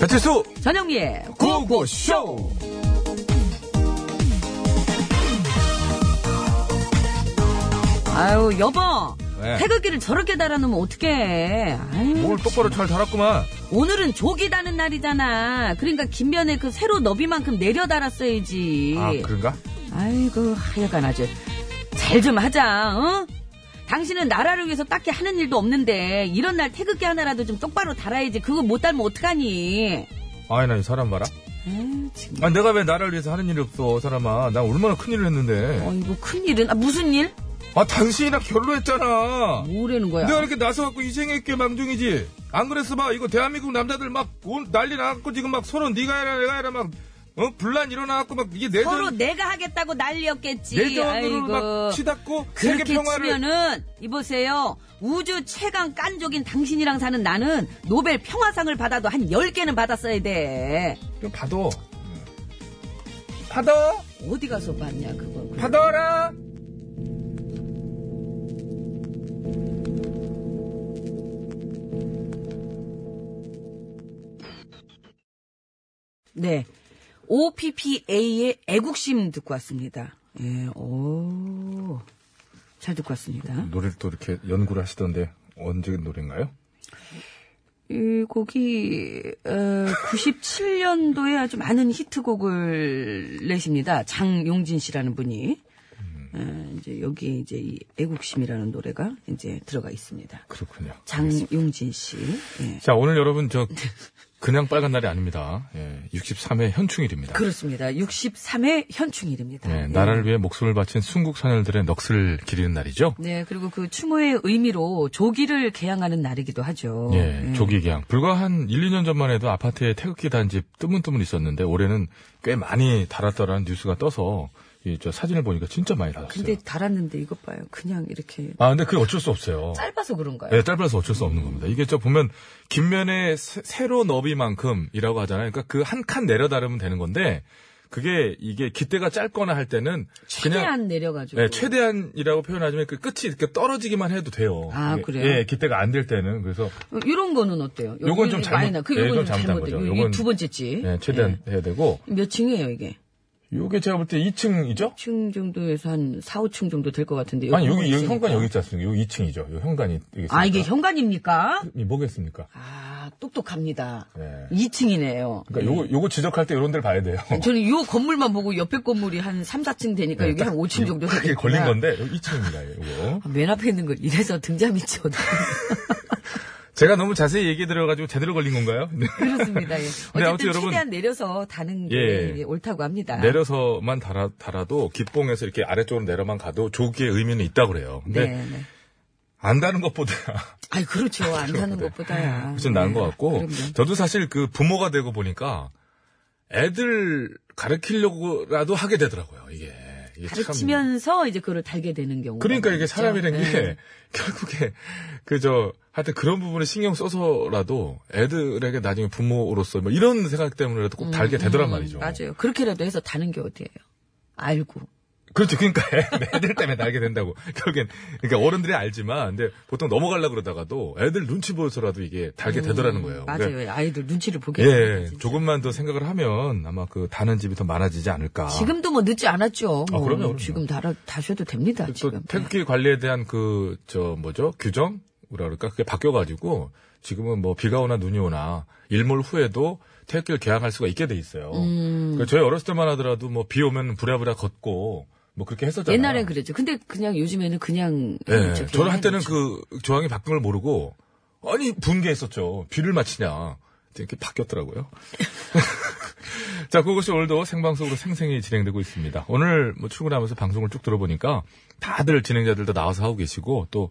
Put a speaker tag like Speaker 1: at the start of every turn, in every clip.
Speaker 1: 배칠수
Speaker 2: 전영미의
Speaker 1: 구호쇼
Speaker 3: 아유 여보
Speaker 1: 왜?
Speaker 3: 태극기를 저렇게 달아놓으면 어떡해 아유,
Speaker 1: 뭘 네. 똑바로 잘 달았구만
Speaker 3: 오늘은 조기 다는 날이잖아 그러니까 김면에 그 세로 너비만큼 내려 달았어야지
Speaker 1: 아 그런가?
Speaker 3: 이고 하여간 아주 잘 좀 하자 어? 당신은 나라를 위해서 딱히 하는 일도 없는데 이런 날 태극기 하나라도 좀 똑바로 달아야지 그거 못 달면 어떡하니
Speaker 1: 아이 나 이 사람 봐라
Speaker 3: 에이, 지금.
Speaker 1: 아 내가 왜 나라를 위해서 하는 일이 없어 사람아 나 얼마나 큰일을 했는데
Speaker 3: 어이구 큰일은 아, 무슨 일?
Speaker 1: 아 당신이랑 결로했잖아
Speaker 3: 뭐라는 거야
Speaker 1: 내가 이렇게 나서갖고 희생했기에 망정이지 안 그랬어 봐 이거 대한민국 남자들 막 온- 난리 나갖고 지금 막 서로 네가 해라 내가 해라 막 어? 분란 일어나갖고 막 이게
Speaker 3: 서로
Speaker 1: 내전
Speaker 3: 내가 하겠다고 난리였겠지
Speaker 1: 네. 내전으로
Speaker 3: 아이고.
Speaker 1: 막 치닫고 세계
Speaker 3: 그렇게
Speaker 1: 평화를
Speaker 3: 치면은 이보세요 우주 최강 깐족인 당신이랑 사는 나는 노벨 평화상을 받아도 한 10개는 받았어야 돼
Speaker 1: 이거 받아 받아
Speaker 3: 어디 가서 봤냐 그걸
Speaker 1: 받아라
Speaker 3: 네 OPPA의 애국심 듣고 왔습니다 예, 예오잘 듣고 왔습니다
Speaker 1: 노래를 또 이렇게 연구를 하시던데 언제 노래인가요?
Speaker 3: 이 곡이 97년도에 아주 많은 히트곡을 내십니다. 장용진 씨라는 분이 어, 이제 여기에 이제 이 애국심이라는 노래가 이제 들어가 있습니다.
Speaker 1: 그렇군요.
Speaker 3: 장용진 씨. 예.
Speaker 1: 자, 오늘 여러분 저 그냥 빨간 날이 아닙니다. 63회 현충일입니다.
Speaker 3: 그렇습니다. 63회 현충일입니다.
Speaker 1: 예,
Speaker 3: 예.
Speaker 1: 나라를 위해 목숨을 바친 순국선열들의 넋을 기리는 날이죠.
Speaker 3: 네, 그리고 그 추모의 의미로 조기를 개항하는 날이기도 하죠.
Speaker 1: 예,
Speaker 3: 예.
Speaker 1: 조기개항. 불과 한 1, 2년 전만 해도 아파트에 태극기 단지 뜨문뜨문 있었는데 올해는 꽤 많이 달았더라는 뉴스가 떠서 이 저 사진을 보니까 진짜 많이 달았어요.
Speaker 3: 근데 달았는데 이것 봐요. 그냥 이렇게
Speaker 1: 아, 근데 그게 어쩔 수 없어요.
Speaker 3: 짧아서 그런가요?
Speaker 1: 네, 짧아서 어쩔 수 없는 겁니다. 이게 저 보면 김면의 세- 세로 너비만큼이라고 하잖아요. 그러니까 그 한 칸 내려 다르면 되는 건데 그게 이게 깃대가 짧거나 할 때는 그냥
Speaker 3: 최대한 내려가지고.
Speaker 1: 네, 최대한이라고 표현하지만 그 끝이 이렇게 떨어지기만 해도 돼요.
Speaker 3: 아,
Speaker 1: 이게-
Speaker 3: 그래요?
Speaker 1: 예, 깃대가 안 될 때는 그래서
Speaker 3: 이런 거는 어때요? 요-
Speaker 1: 요건
Speaker 3: 요-
Speaker 1: 좀
Speaker 3: 요-
Speaker 1: 잘못-
Speaker 3: 많이 나. 그
Speaker 1: 예,
Speaker 3: 요거는
Speaker 1: 좀 잘못한
Speaker 3: 잘못된
Speaker 1: 거죠.
Speaker 3: 거.
Speaker 1: 요건-
Speaker 3: 이건 두 번째 집.
Speaker 1: 예, 최대한 해야 되고
Speaker 3: 몇 층이에요 이게?
Speaker 1: 요게 제가 볼 때 2층이죠?
Speaker 3: 층 정도에서 한 4, 5층 정도 될 것 같은데.
Speaker 1: 아니
Speaker 3: 요건
Speaker 1: 여기 여기
Speaker 3: 있으니까.
Speaker 1: 현관 여기 있지 않습니까? 여기 2층이죠. 요 현관이 여기
Speaker 3: 아 이게
Speaker 1: 있으니까.
Speaker 3: 현관입니까?
Speaker 1: 이 뭐겠습니까?
Speaker 3: 아 똑똑합니다.
Speaker 1: 예.
Speaker 3: 2층이네요. 예,
Speaker 1: 그러니까 요거 요거 지적할 때 이런 데를 봐야 돼요.
Speaker 3: 저는 이 건물만 보고 옆에 건물이 한 3, 4층 되니까
Speaker 1: 네,
Speaker 3: 여기 한
Speaker 1: 딱
Speaker 3: 5층 정도
Speaker 1: 크게
Speaker 3: 되겠구나.
Speaker 1: 걸린 건데 2층입니다. 요거.
Speaker 3: 아, 맨 앞에 있는 걸 이래서 등잔밑이 어디
Speaker 1: 제가 너무 자세히 얘기 들어가지고 제대로 걸린 건가요? 네.
Speaker 3: 그렇습니다. 예. 어쨌든
Speaker 1: 근데 아무튼 여러분-
Speaker 3: 최대한 내려서 다는 게
Speaker 1: 예.
Speaker 3: 이게 옳다고 합니다.
Speaker 1: 내려서만 달아, 달아도 기뽕에서 이렇게 아래쪽으로 내려만 가도 조기의 의미는 있다고 그래요. 근데
Speaker 3: 네, 네.
Speaker 1: 안 다는 것보다
Speaker 3: 아이 그렇죠. 안 사는 것보다야.
Speaker 1: 훨씬 네. 아, 나은 것 같고
Speaker 3: 그럼요.
Speaker 1: 저도 사실 그 부모가 되고 보니까 애들 가르치려고라도 하게 되더라고요. 이게. 이게 참-
Speaker 3: 가르치면서 그렇죠. 이제 그걸 달게 되는 네. 경우.
Speaker 1: 그러니까 이게 사람이란 게 결국에 그저 하여튼 그런 부분에 신경 써서라도 애들에게 나중에 부모로서 뭐
Speaker 3: 음,
Speaker 1: 이런 생각 때문에라도 꼭 달게 되더란 말이죠.
Speaker 3: 맞아요. 그렇게라도 해서 다는 게 어디예요? 알고
Speaker 1: 그렇죠. 그러니까 애들 때문에 날게 된다고. 결국엔 그러니까 어른들이 알지만 근데 보통 넘어가려 그러다가도 애들 눈치 보여서라도 이게 달게 되더라는 거예요.
Speaker 3: 음, 맞아요.
Speaker 1: 그러니까
Speaker 3: 아이들 눈치를 보게.
Speaker 1: 예,
Speaker 3: 됩니다, 진짜.
Speaker 1: 조금만 더 생각을 하면 아마 그 다는 집이 더 많아지지 않을까.
Speaker 3: 지금도 뭐 늦지 않았죠.
Speaker 1: 아, 그럼요, 그럼요.
Speaker 3: 지금 달아, 다셔도 됩니다.
Speaker 1: 그 또
Speaker 3: 지금. 네.
Speaker 1: 태극기 관리에 대한 그 저 뭐죠 규정 뭐라 그럴까 그게 바뀌어가지고 지금은 뭐 비가 오나 눈이 오나 일몰 후에도 태극기를 개항할 수가 있게 돼 있어요.
Speaker 3: 음,
Speaker 1: 그 저희 어렸을 때만 하더라도 뭐 비 오면 부랴부랴 걷고 뭐 그렇게 했었잖아요.
Speaker 3: 예. 옛날엔 그랬죠. 근데 그냥 요즘에는 그냥.
Speaker 1: 예,
Speaker 3: 이렇게
Speaker 1: 저는 한때는
Speaker 3: 하는지.
Speaker 1: 그 조항이 바뀐 걸 모르고 아니 분개했었죠. 비를 맞히냐 이렇게 바뀌었더라고요. 자, 그것이 오늘도 생방송으로 생생히 진행되고 있습니다. 오늘 뭐 출근하면서 방송을 쭉 들어보니까 다들 진행자들도 나와서 하고 계시고 또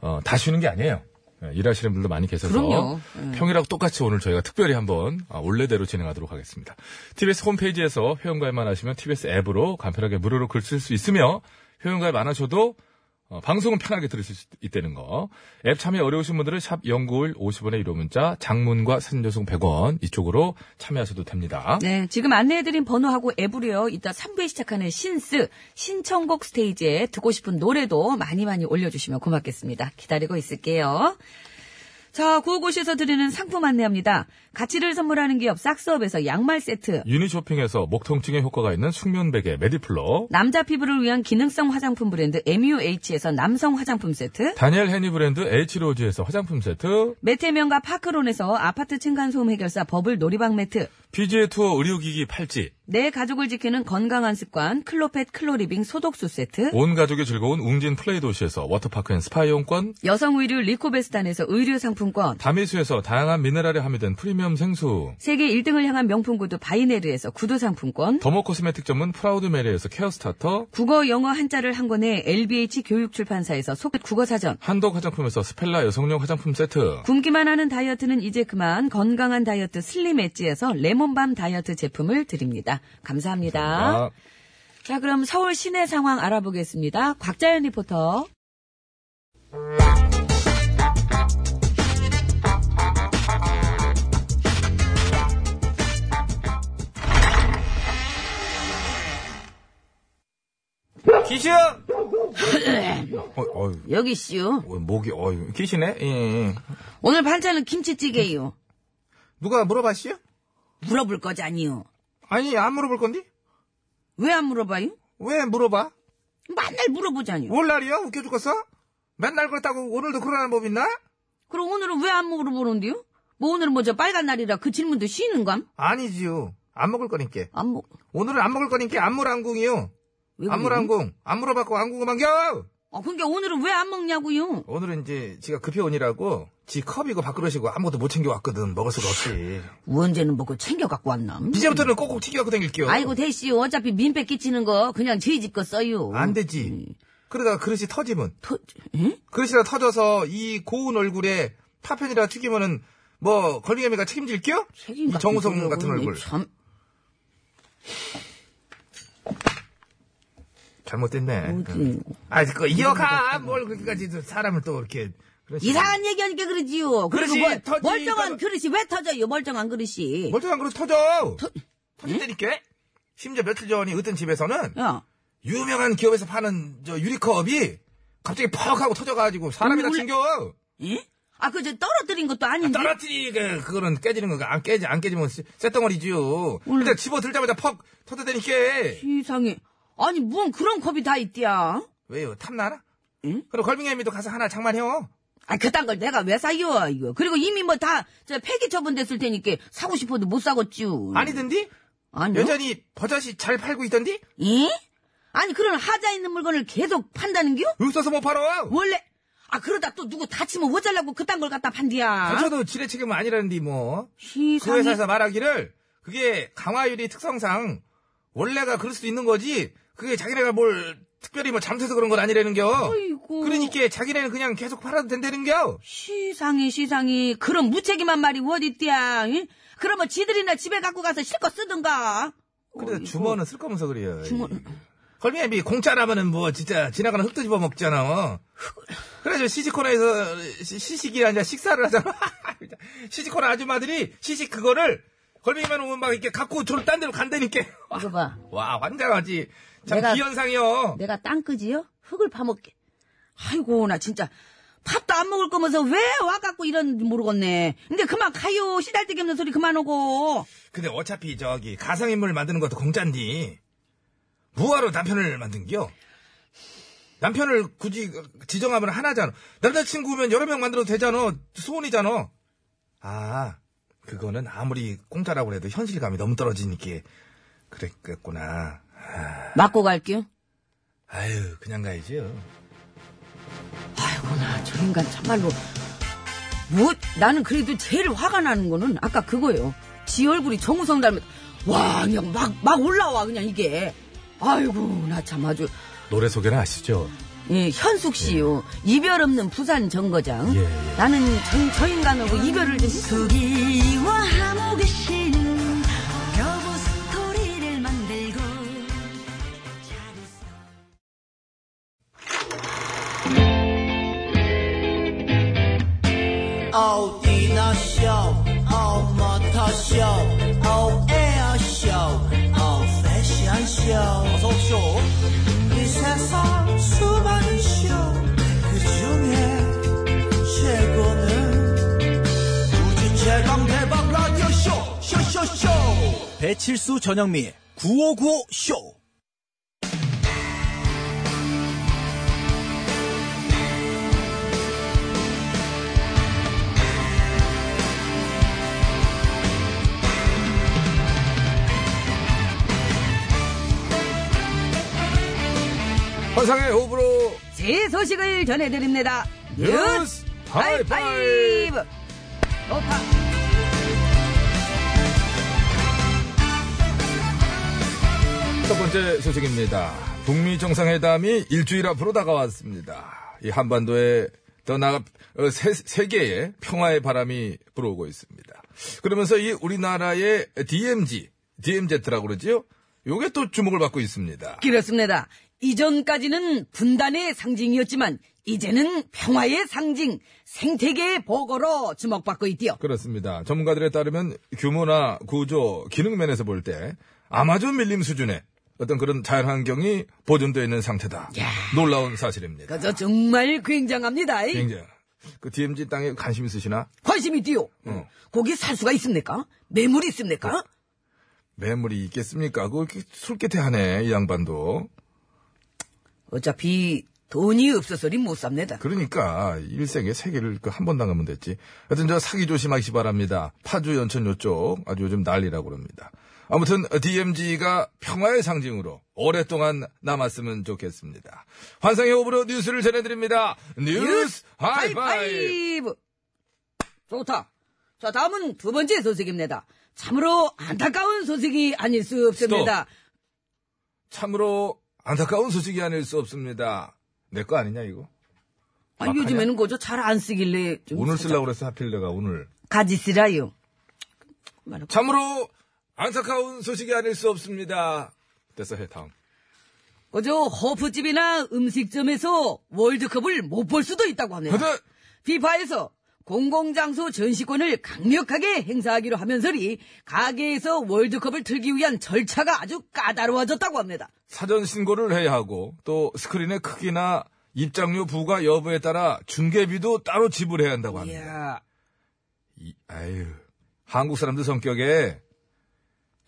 Speaker 1: 어, 다 쉬는 게 아니에요. 예, 일하시는 분도 많이 계셔서
Speaker 3: 그럼요.
Speaker 1: 평일하고 똑같이 오늘 저희가 특별히 한번 아, 원래대로 진행하도록 하겠습니다. TBS 홈페이지에서 회원가입만 하시면 TBS 앱으로 간편하게 무료로 글 쓸 수 있으며 회원가입 안 하셔도 어, 방송은 편하게 들으실 수 있다는 거. 앱 참여 어려우신 분들은 샵 0951 50원의 1호 문자, 장문과 사진 전송 100원 이쪽으로 참여하셔도 됩니다.
Speaker 3: 네, 지금 안내해드린 번호하고 앱으로요, 이따 3부에 시작하는 신스, 신청곡 스테이지에 듣고 싶은 노래도 많이 많이 올려주시면 고맙겠습니다. 기다리고 있을게요. 자, 구호고시에서 드리는 상품 안내합니다. 가치를 선물하는 기업 싹스업에서 양말 세트,
Speaker 1: 유니쇼핑에서 목통증에 효과가 있는 숙면 베개 메디플러,
Speaker 3: 남자 피부를 위한 기능성 화장품 브랜드 MUH에서 남성 화장품 세트,
Speaker 1: 다니엘 헤니 브랜드 H로즈에서 화장품 세트,
Speaker 3: 메테면과 파크론에서 아파트 층간소음 해결사 버블 놀이방 매트,
Speaker 1: PGA 투어 의료기기 팔찌,
Speaker 3: 내 가족을 지키는 건강한 습관 클로펫 클로리빙 소독수 세트,
Speaker 1: 온 가족이 즐거운 웅진 플레이 도시에서 워터파크 앤 스파 이용권,
Speaker 3: 여성 의류 리코베스탄에서 의류 상품권,
Speaker 1: 다미수에서 다양한 미네랄에 함유된 프리미엄 생수,
Speaker 3: 세계 1등을 향한 명품 구두 바이네르에서 구두 상품권,
Speaker 1: 더모 코스메틱 점은 프라우드 메리에서 케어 스타터,
Speaker 3: 국어 영어 한자를 한 권에 LBH 교육 출판사에서 속 국어 사전,
Speaker 1: 한독 화장품에서 스펠라 여성용 화장품 세트,
Speaker 3: 굶기만 하는 다이어트는 이제 그만 건강한 다이어트 슬림 엣지에서 레몬밤 다이어트 제품을 드립니다. 감사합니다.
Speaker 1: 아,
Speaker 3: 자, 그럼 서울 시내 상황 알아보겠습니다. 곽자연 리포터.
Speaker 1: 기시야! 어, 어휴,
Speaker 3: 여기 씨요.
Speaker 1: 어, 목이, 어휴, 기시네? 예, 예.
Speaker 3: 오늘 반찬은 김치찌개요.
Speaker 1: 누가 물어봤시요?
Speaker 3: 물어볼 거잖니요.
Speaker 1: 아니, 안 물어볼 건디?
Speaker 3: 왜 안 물어봐요?
Speaker 1: 왜 물어봐?
Speaker 3: 맨날 물어보잖요.
Speaker 1: 월날이요? 웃겨 죽겠어? 맨날 그랬다고 오늘도 그러는 법 있나?
Speaker 3: 그럼 오늘은 왜 안 물어보는데요? 뭐 오늘은 뭐 저 빨간 날이라 그 질문도 쉬는감?
Speaker 4: 아니지요. 안 먹을 거니께.
Speaker 3: 안 먹.
Speaker 4: 오늘은 안 먹을 거니까 안물안궁이요.
Speaker 3: 왜 그래요?
Speaker 4: 안물안궁. 안 물어봤고 안궁금한겨.
Speaker 3: 아, 그러니까 오늘은 왜 안 먹냐고요?
Speaker 4: 오늘은 이제 지가 급히 오니라고 지 컵이고 밥그릇이고 아무것도 못 챙겨왔거든. 먹을 수가 없지.
Speaker 3: 언제는 먹고 챙겨 갖고 왔나?
Speaker 4: 이제부터는 꼭꼭 튀겨갖고 댕길게요.
Speaker 3: 아이고 대시요. 어차피 민폐 끼치는 거 그냥 저희 집 거 써요.
Speaker 4: 안 되지. 그러다 그릇이 터지면.
Speaker 3: 터, 응?
Speaker 4: 그릇이라 터져서 이 고운 얼굴에 파편이라 튀기면은 뭐 걸빙애미가 책임질게요?
Speaker 3: 책임 같은
Speaker 4: 정우성
Speaker 3: 소리하고
Speaker 4: 같은 얼굴.
Speaker 3: 참.
Speaker 4: 잘못됐네.
Speaker 3: 어디. 음.
Speaker 4: 아, 그 이어가 뭘 그렇게까지 또 사람을 또 이렇게 그런 식으로.
Speaker 3: 이상한 얘기하니까 그러지요. 그리고
Speaker 4: 그릇이
Speaker 3: 멀,
Speaker 4: 터지니까
Speaker 3: 멀쩡한
Speaker 4: 뭐-
Speaker 3: 그릇이 왜 터져요? 멀쩡한 그릇이.
Speaker 4: 멀쩡한 그릇 터져.
Speaker 3: 터- 음?
Speaker 4: 터진다니까. 심지어 며칠 전에 어떤 집에서는
Speaker 3: 야,
Speaker 4: 유명한 기업에서 파는 저 유리컵이 갑자기 퍽 하고 터져가지고 사람이나
Speaker 3: 몰래-
Speaker 4: 챙겨.
Speaker 3: 예? 아, 그 저 떨어뜨린 것도 아닌데.
Speaker 4: 떨어뜨리게 그거는 깨지는 거가 안 깨지 안 깨지면 쌔- 쇳덩어리지요.
Speaker 3: 원래-
Speaker 4: 근데 집어 들자마자 퍽 터져대니까
Speaker 3: 세상에. 아니, 뭔 그런 컵이 다 있디야.
Speaker 4: 왜요? 탐나나?
Speaker 3: 응?
Speaker 4: 그럼 걸빙애미도 가서 하나 장만해요.
Speaker 3: 아, 그딴 걸 내가 왜 사요, 이거. 그리고 이미 뭐 다, 저, 폐기 처분됐을 테니까, 사고 싶어도 못 사겠쥬.
Speaker 4: 아니든지
Speaker 3: 아니요?
Speaker 4: 여전히 버젓이 잘 팔고 있던디
Speaker 3: 예? 아니, 그런 하자 있는 물건을 계속 판다는겨?
Speaker 4: 없어서 못 팔어.
Speaker 3: 원래, 아, 그러다 또 누구 다치면 어쩌려고 그딴 걸 갖다 판디야.
Speaker 4: 저도 지레 책임 아니라는데 뭐. 그
Speaker 3: 세상에.
Speaker 4: 회사에서 말하기를 그게 강화유리 특성상 원래가 그럴 수도 있는 거지 그게 자기네가 뭘 특별히 뭐 잠수해서 그런 건 아니라는겨
Speaker 3: 아이고.
Speaker 4: 그러니까 자기네는 그냥 계속 팔아도 된다는겨
Speaker 3: 시상이, 시상이. 그런 무책임한 말이 어딨디야, 예? 그러면 지들이나 집에 갖고 가서 실컷 쓰든가.
Speaker 4: 그래서
Speaker 3: 어이구.
Speaker 4: 주머는 쓸 거면서 그래요
Speaker 3: 주머니.
Speaker 4: 헐미애비 공짜라면은 뭐 진짜 지나가는 흙도 집어 먹잖아 그래서 시식코너에서 시- 시식이 아니라 식사를 하잖아 시식코너 아줌마들이 시식 그거를 걸빙이만 오면 막 이렇게 갖고 저를 딴 데로 간다니까.
Speaker 3: 이거 봐.
Speaker 4: 와, 환장하지. 참
Speaker 3: 내가-
Speaker 4: 기현상이요.
Speaker 3: 내가 땅끄지요? 흙을 파먹게. 아이고, 나 진짜. 밥도 안 먹을 거면서 왜 와갖고 이런지 모르겠네. 근데 그만 가요. 시달대기 없는 소리 그만 오고.
Speaker 4: 근데 어차피 저기 가상인물 만드는 것도 공짜니 무화로 남편을 만든겨. 남편을 굳이 지정하면 하나잖아. 남자친구면 여러 명 만들어도 되잖아. 소원이잖아. 아, 그거는 아무리 공짜라고 해도 현실감이 너무 떨어지니까 그랬겠구나. 아,
Speaker 3: 맞고 갈게요.
Speaker 4: 아유, 그냥 가야지요.
Speaker 3: 아이고, 나 저 인간 참말로. 뭐, 나는 그래도 제일 화가 나는 거는 아까 그거요. 지 얼굴이 정우성 닮은, 와, 그냥 막, 막 올라와, 그냥 이게. 아이고, 나 참 아주.
Speaker 1: 노래 소개는 아시죠?
Speaker 3: 예, 현숙 씨요. 이별 없는 부산 정거장.
Speaker 1: 예, 예.
Speaker 3: 나는 저, 저 인간하고 이별을 좀
Speaker 5: 속이와 그 하모계신 여보 스토리를 만들고
Speaker 6: 어디나 쇼, oh, 어머터 쇼, oh, 어에어 쇼, 어 패션 쇼. 어서 쇼. 이 세상 수많은 쇼, 그 중에 최고는 우주 최강 대박 라디오 쇼, 쇼쇼쇼. 배칠수 전영미, 9595 쇼.
Speaker 4: 환상의 호불호
Speaker 3: 제 소식을 전해드립니다.
Speaker 1: 뉴스 하이파이브.
Speaker 3: 오파.
Speaker 1: 첫 번째 소식입니다. 북미 정상회담이 일주일 앞으로 다가왔습니다. 이 한반도에 더 나가 어, 세, 세계에 평화의 바람이 불어오고 있습니다. 그러면서 이 우리나라의 DMZ, DMZ라고 그러지요? 요게 또 주목을 받고 있습니다.
Speaker 3: 그렇습니다. 이전까지는 분단의 상징이었지만 이제는 평화의 상징, 생태계의 보고로 주목받고 있디요.
Speaker 1: 그렇습니다. 전문가들에 따르면 규모나 구조, 기능 면에서 볼 때 아마존 밀림 수준의 어떤 그런 자연환경이 보존되어 있는 상태다. 놀라운 사실입니다.
Speaker 3: 그저 정말 굉장합니다. 이.
Speaker 1: 굉장히. 그 DMZ 땅에 관심 있으시나?
Speaker 3: 관심이 디요. 거기 살 수가 있습니까? 매물이 있습니까?
Speaker 1: 매물이 있겠습니까? 그거 이렇게 술깨태하네, 이 양반도.
Speaker 3: 어차피 돈이 없어서리 못 삽니다.
Speaker 1: 그 그러니까, 일생에 세 개를 그 한 번 당하면 됐지. 하여튼 저 사기 조심하시기 바랍니다. 파주 연천 요쪽 아주 요즘 난리라고 그럽니다. 아무튼 DMZ가 평화의 상징으로 오랫동안 남았으면 좋겠습니다. 환상의 호불호 뉴스를 전해드립니다. 뉴스 하이파이!
Speaker 3: 하이파이브. 좋다. 자, 다음은 두 번째 소식입니다. 참으로 안타까운 소식이 아닐 수 없습니다.
Speaker 1: 참으로 안타까운 소식이 아닐 수 없습니다. 내 거 아니냐 이거?
Speaker 3: 아, 요즘에는 그저 잘 안 쓰길래 좀
Speaker 1: 오늘
Speaker 3: 살짝
Speaker 1: 쓰려고 그랬어 하필 내가 오늘.
Speaker 3: 가지 쓰라요.
Speaker 1: 참으로 안타까운 소식이 아닐 수 없습니다. 됐어, 해, 다음.
Speaker 3: 그저 호프집이나 음식점에서 월드컵을 못 볼 수도 있다고 하네요.
Speaker 1: 하여튼,
Speaker 3: 비파에서 공공장소 전시권을 강력하게 행사하기로 하면서리 가게에서 월드컵을 틀기 위한 절차가 아주 까다로워졌다고 합니다.
Speaker 1: 사전 신고를 해야 하고, 또 스크린의 크기나 입장료 부과 여부에 따라 중계비도 따로 지불해야 한다고 합니다.
Speaker 3: 이야,
Speaker 1: 이, 아유, 한국 사람들 성격에,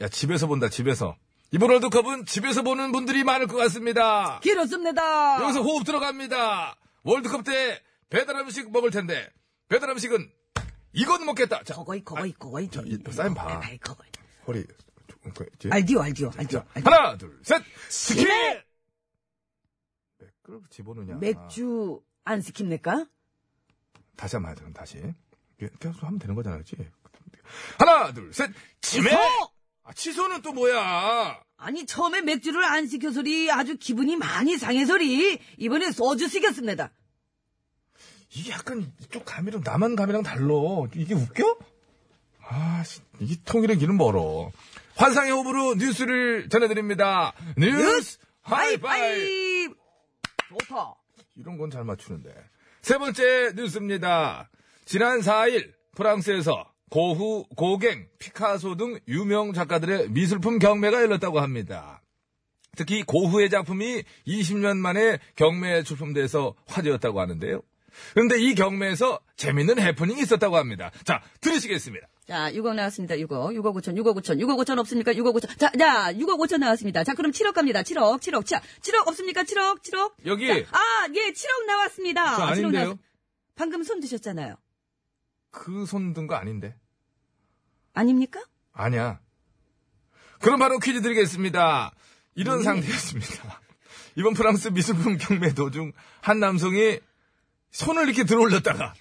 Speaker 1: 야, 집에서 본다, 집에서. 이번 월드컵은 집에서 보는 분들이 많을 것 같습니다.
Speaker 3: 길었습니다.
Speaker 1: 여기서 호흡 들어갑니다. 월드컵 때 배달 음식 먹을 텐데, 배달 음식은 이건 먹겠다. 자,
Speaker 3: 거거이 거거이 거거이
Speaker 1: 아,
Speaker 3: 아,
Speaker 1: 저, 이 사인 봐.
Speaker 3: 거거이, 거거이.
Speaker 1: 허리, 조금, 그, 이제.
Speaker 3: 알디오 알디오 알디오.
Speaker 1: 자, 하나, 둘, 셋! 스킬!
Speaker 3: 스킬!
Speaker 1: 네. 맥주를 집어넣냐?
Speaker 3: 맥주 안 시킵니까?
Speaker 1: 아, 다시 한번 해야 되는 다시. 이게 계속 하면 되는 거잖아, 그치? 하나, 둘, 셋! 치매!
Speaker 3: 취소!
Speaker 1: 아, 취소는 또 뭐야?
Speaker 3: 아니 처음에 맥주를 안 시켜서리 아주 기분이 많이 상해서리 이번에 소주 시켰습니다.
Speaker 1: 이게 약간 이쪽 감이랑 남한 감이랑 달러. 이게 웃겨? 아, 씨, 이게 통일의 길은 멀어. 환상의 호불호 뉴스를 전해드립니다. 뉴스 하이파이!
Speaker 3: 하이파이브. 좋다.
Speaker 1: 이런 건 잘 맞추는데. 세 번째 뉴스입니다. 지난 4일 프랑스에서 고후, 고갱, 피카소 등 유명 작가들의 미술품 경매가 열렸다고 합니다. 특히 고후의 작품이 20년 만에 경매에 출품돼서 화제였다고 하는데요. 그런데 이 경매에서 재밌는 해프닝이 있었다고 합니다. 자, 들으시겠습니다.
Speaker 3: 자, 6억 나왔습니다. 6억. 6억 5천, 6억 5천, 6억 5천 없습니까? 6억 5천. 자, 자, 6억 5천 나왔습니다. 자, 그럼 7억 갑니다. 7억, 7억. 자, 7억 없습니까? 7억, 7억.
Speaker 1: 여기.
Speaker 3: 자, 아, 예, 7억 나왔습니다.
Speaker 1: 저
Speaker 3: 칠억
Speaker 1: 아닌데요?
Speaker 3: 나왔- 방금 손 드셨잖아요.
Speaker 1: 그 손 든 거 아닌데.
Speaker 3: 아닙니까?
Speaker 1: 아니야. 그럼 바로 퀴즈 드리겠습니다. 이런 상태였습니다. 이번 프랑스 미술품 경매 도중 한 남성이 손을 이렇게 들어올렸다가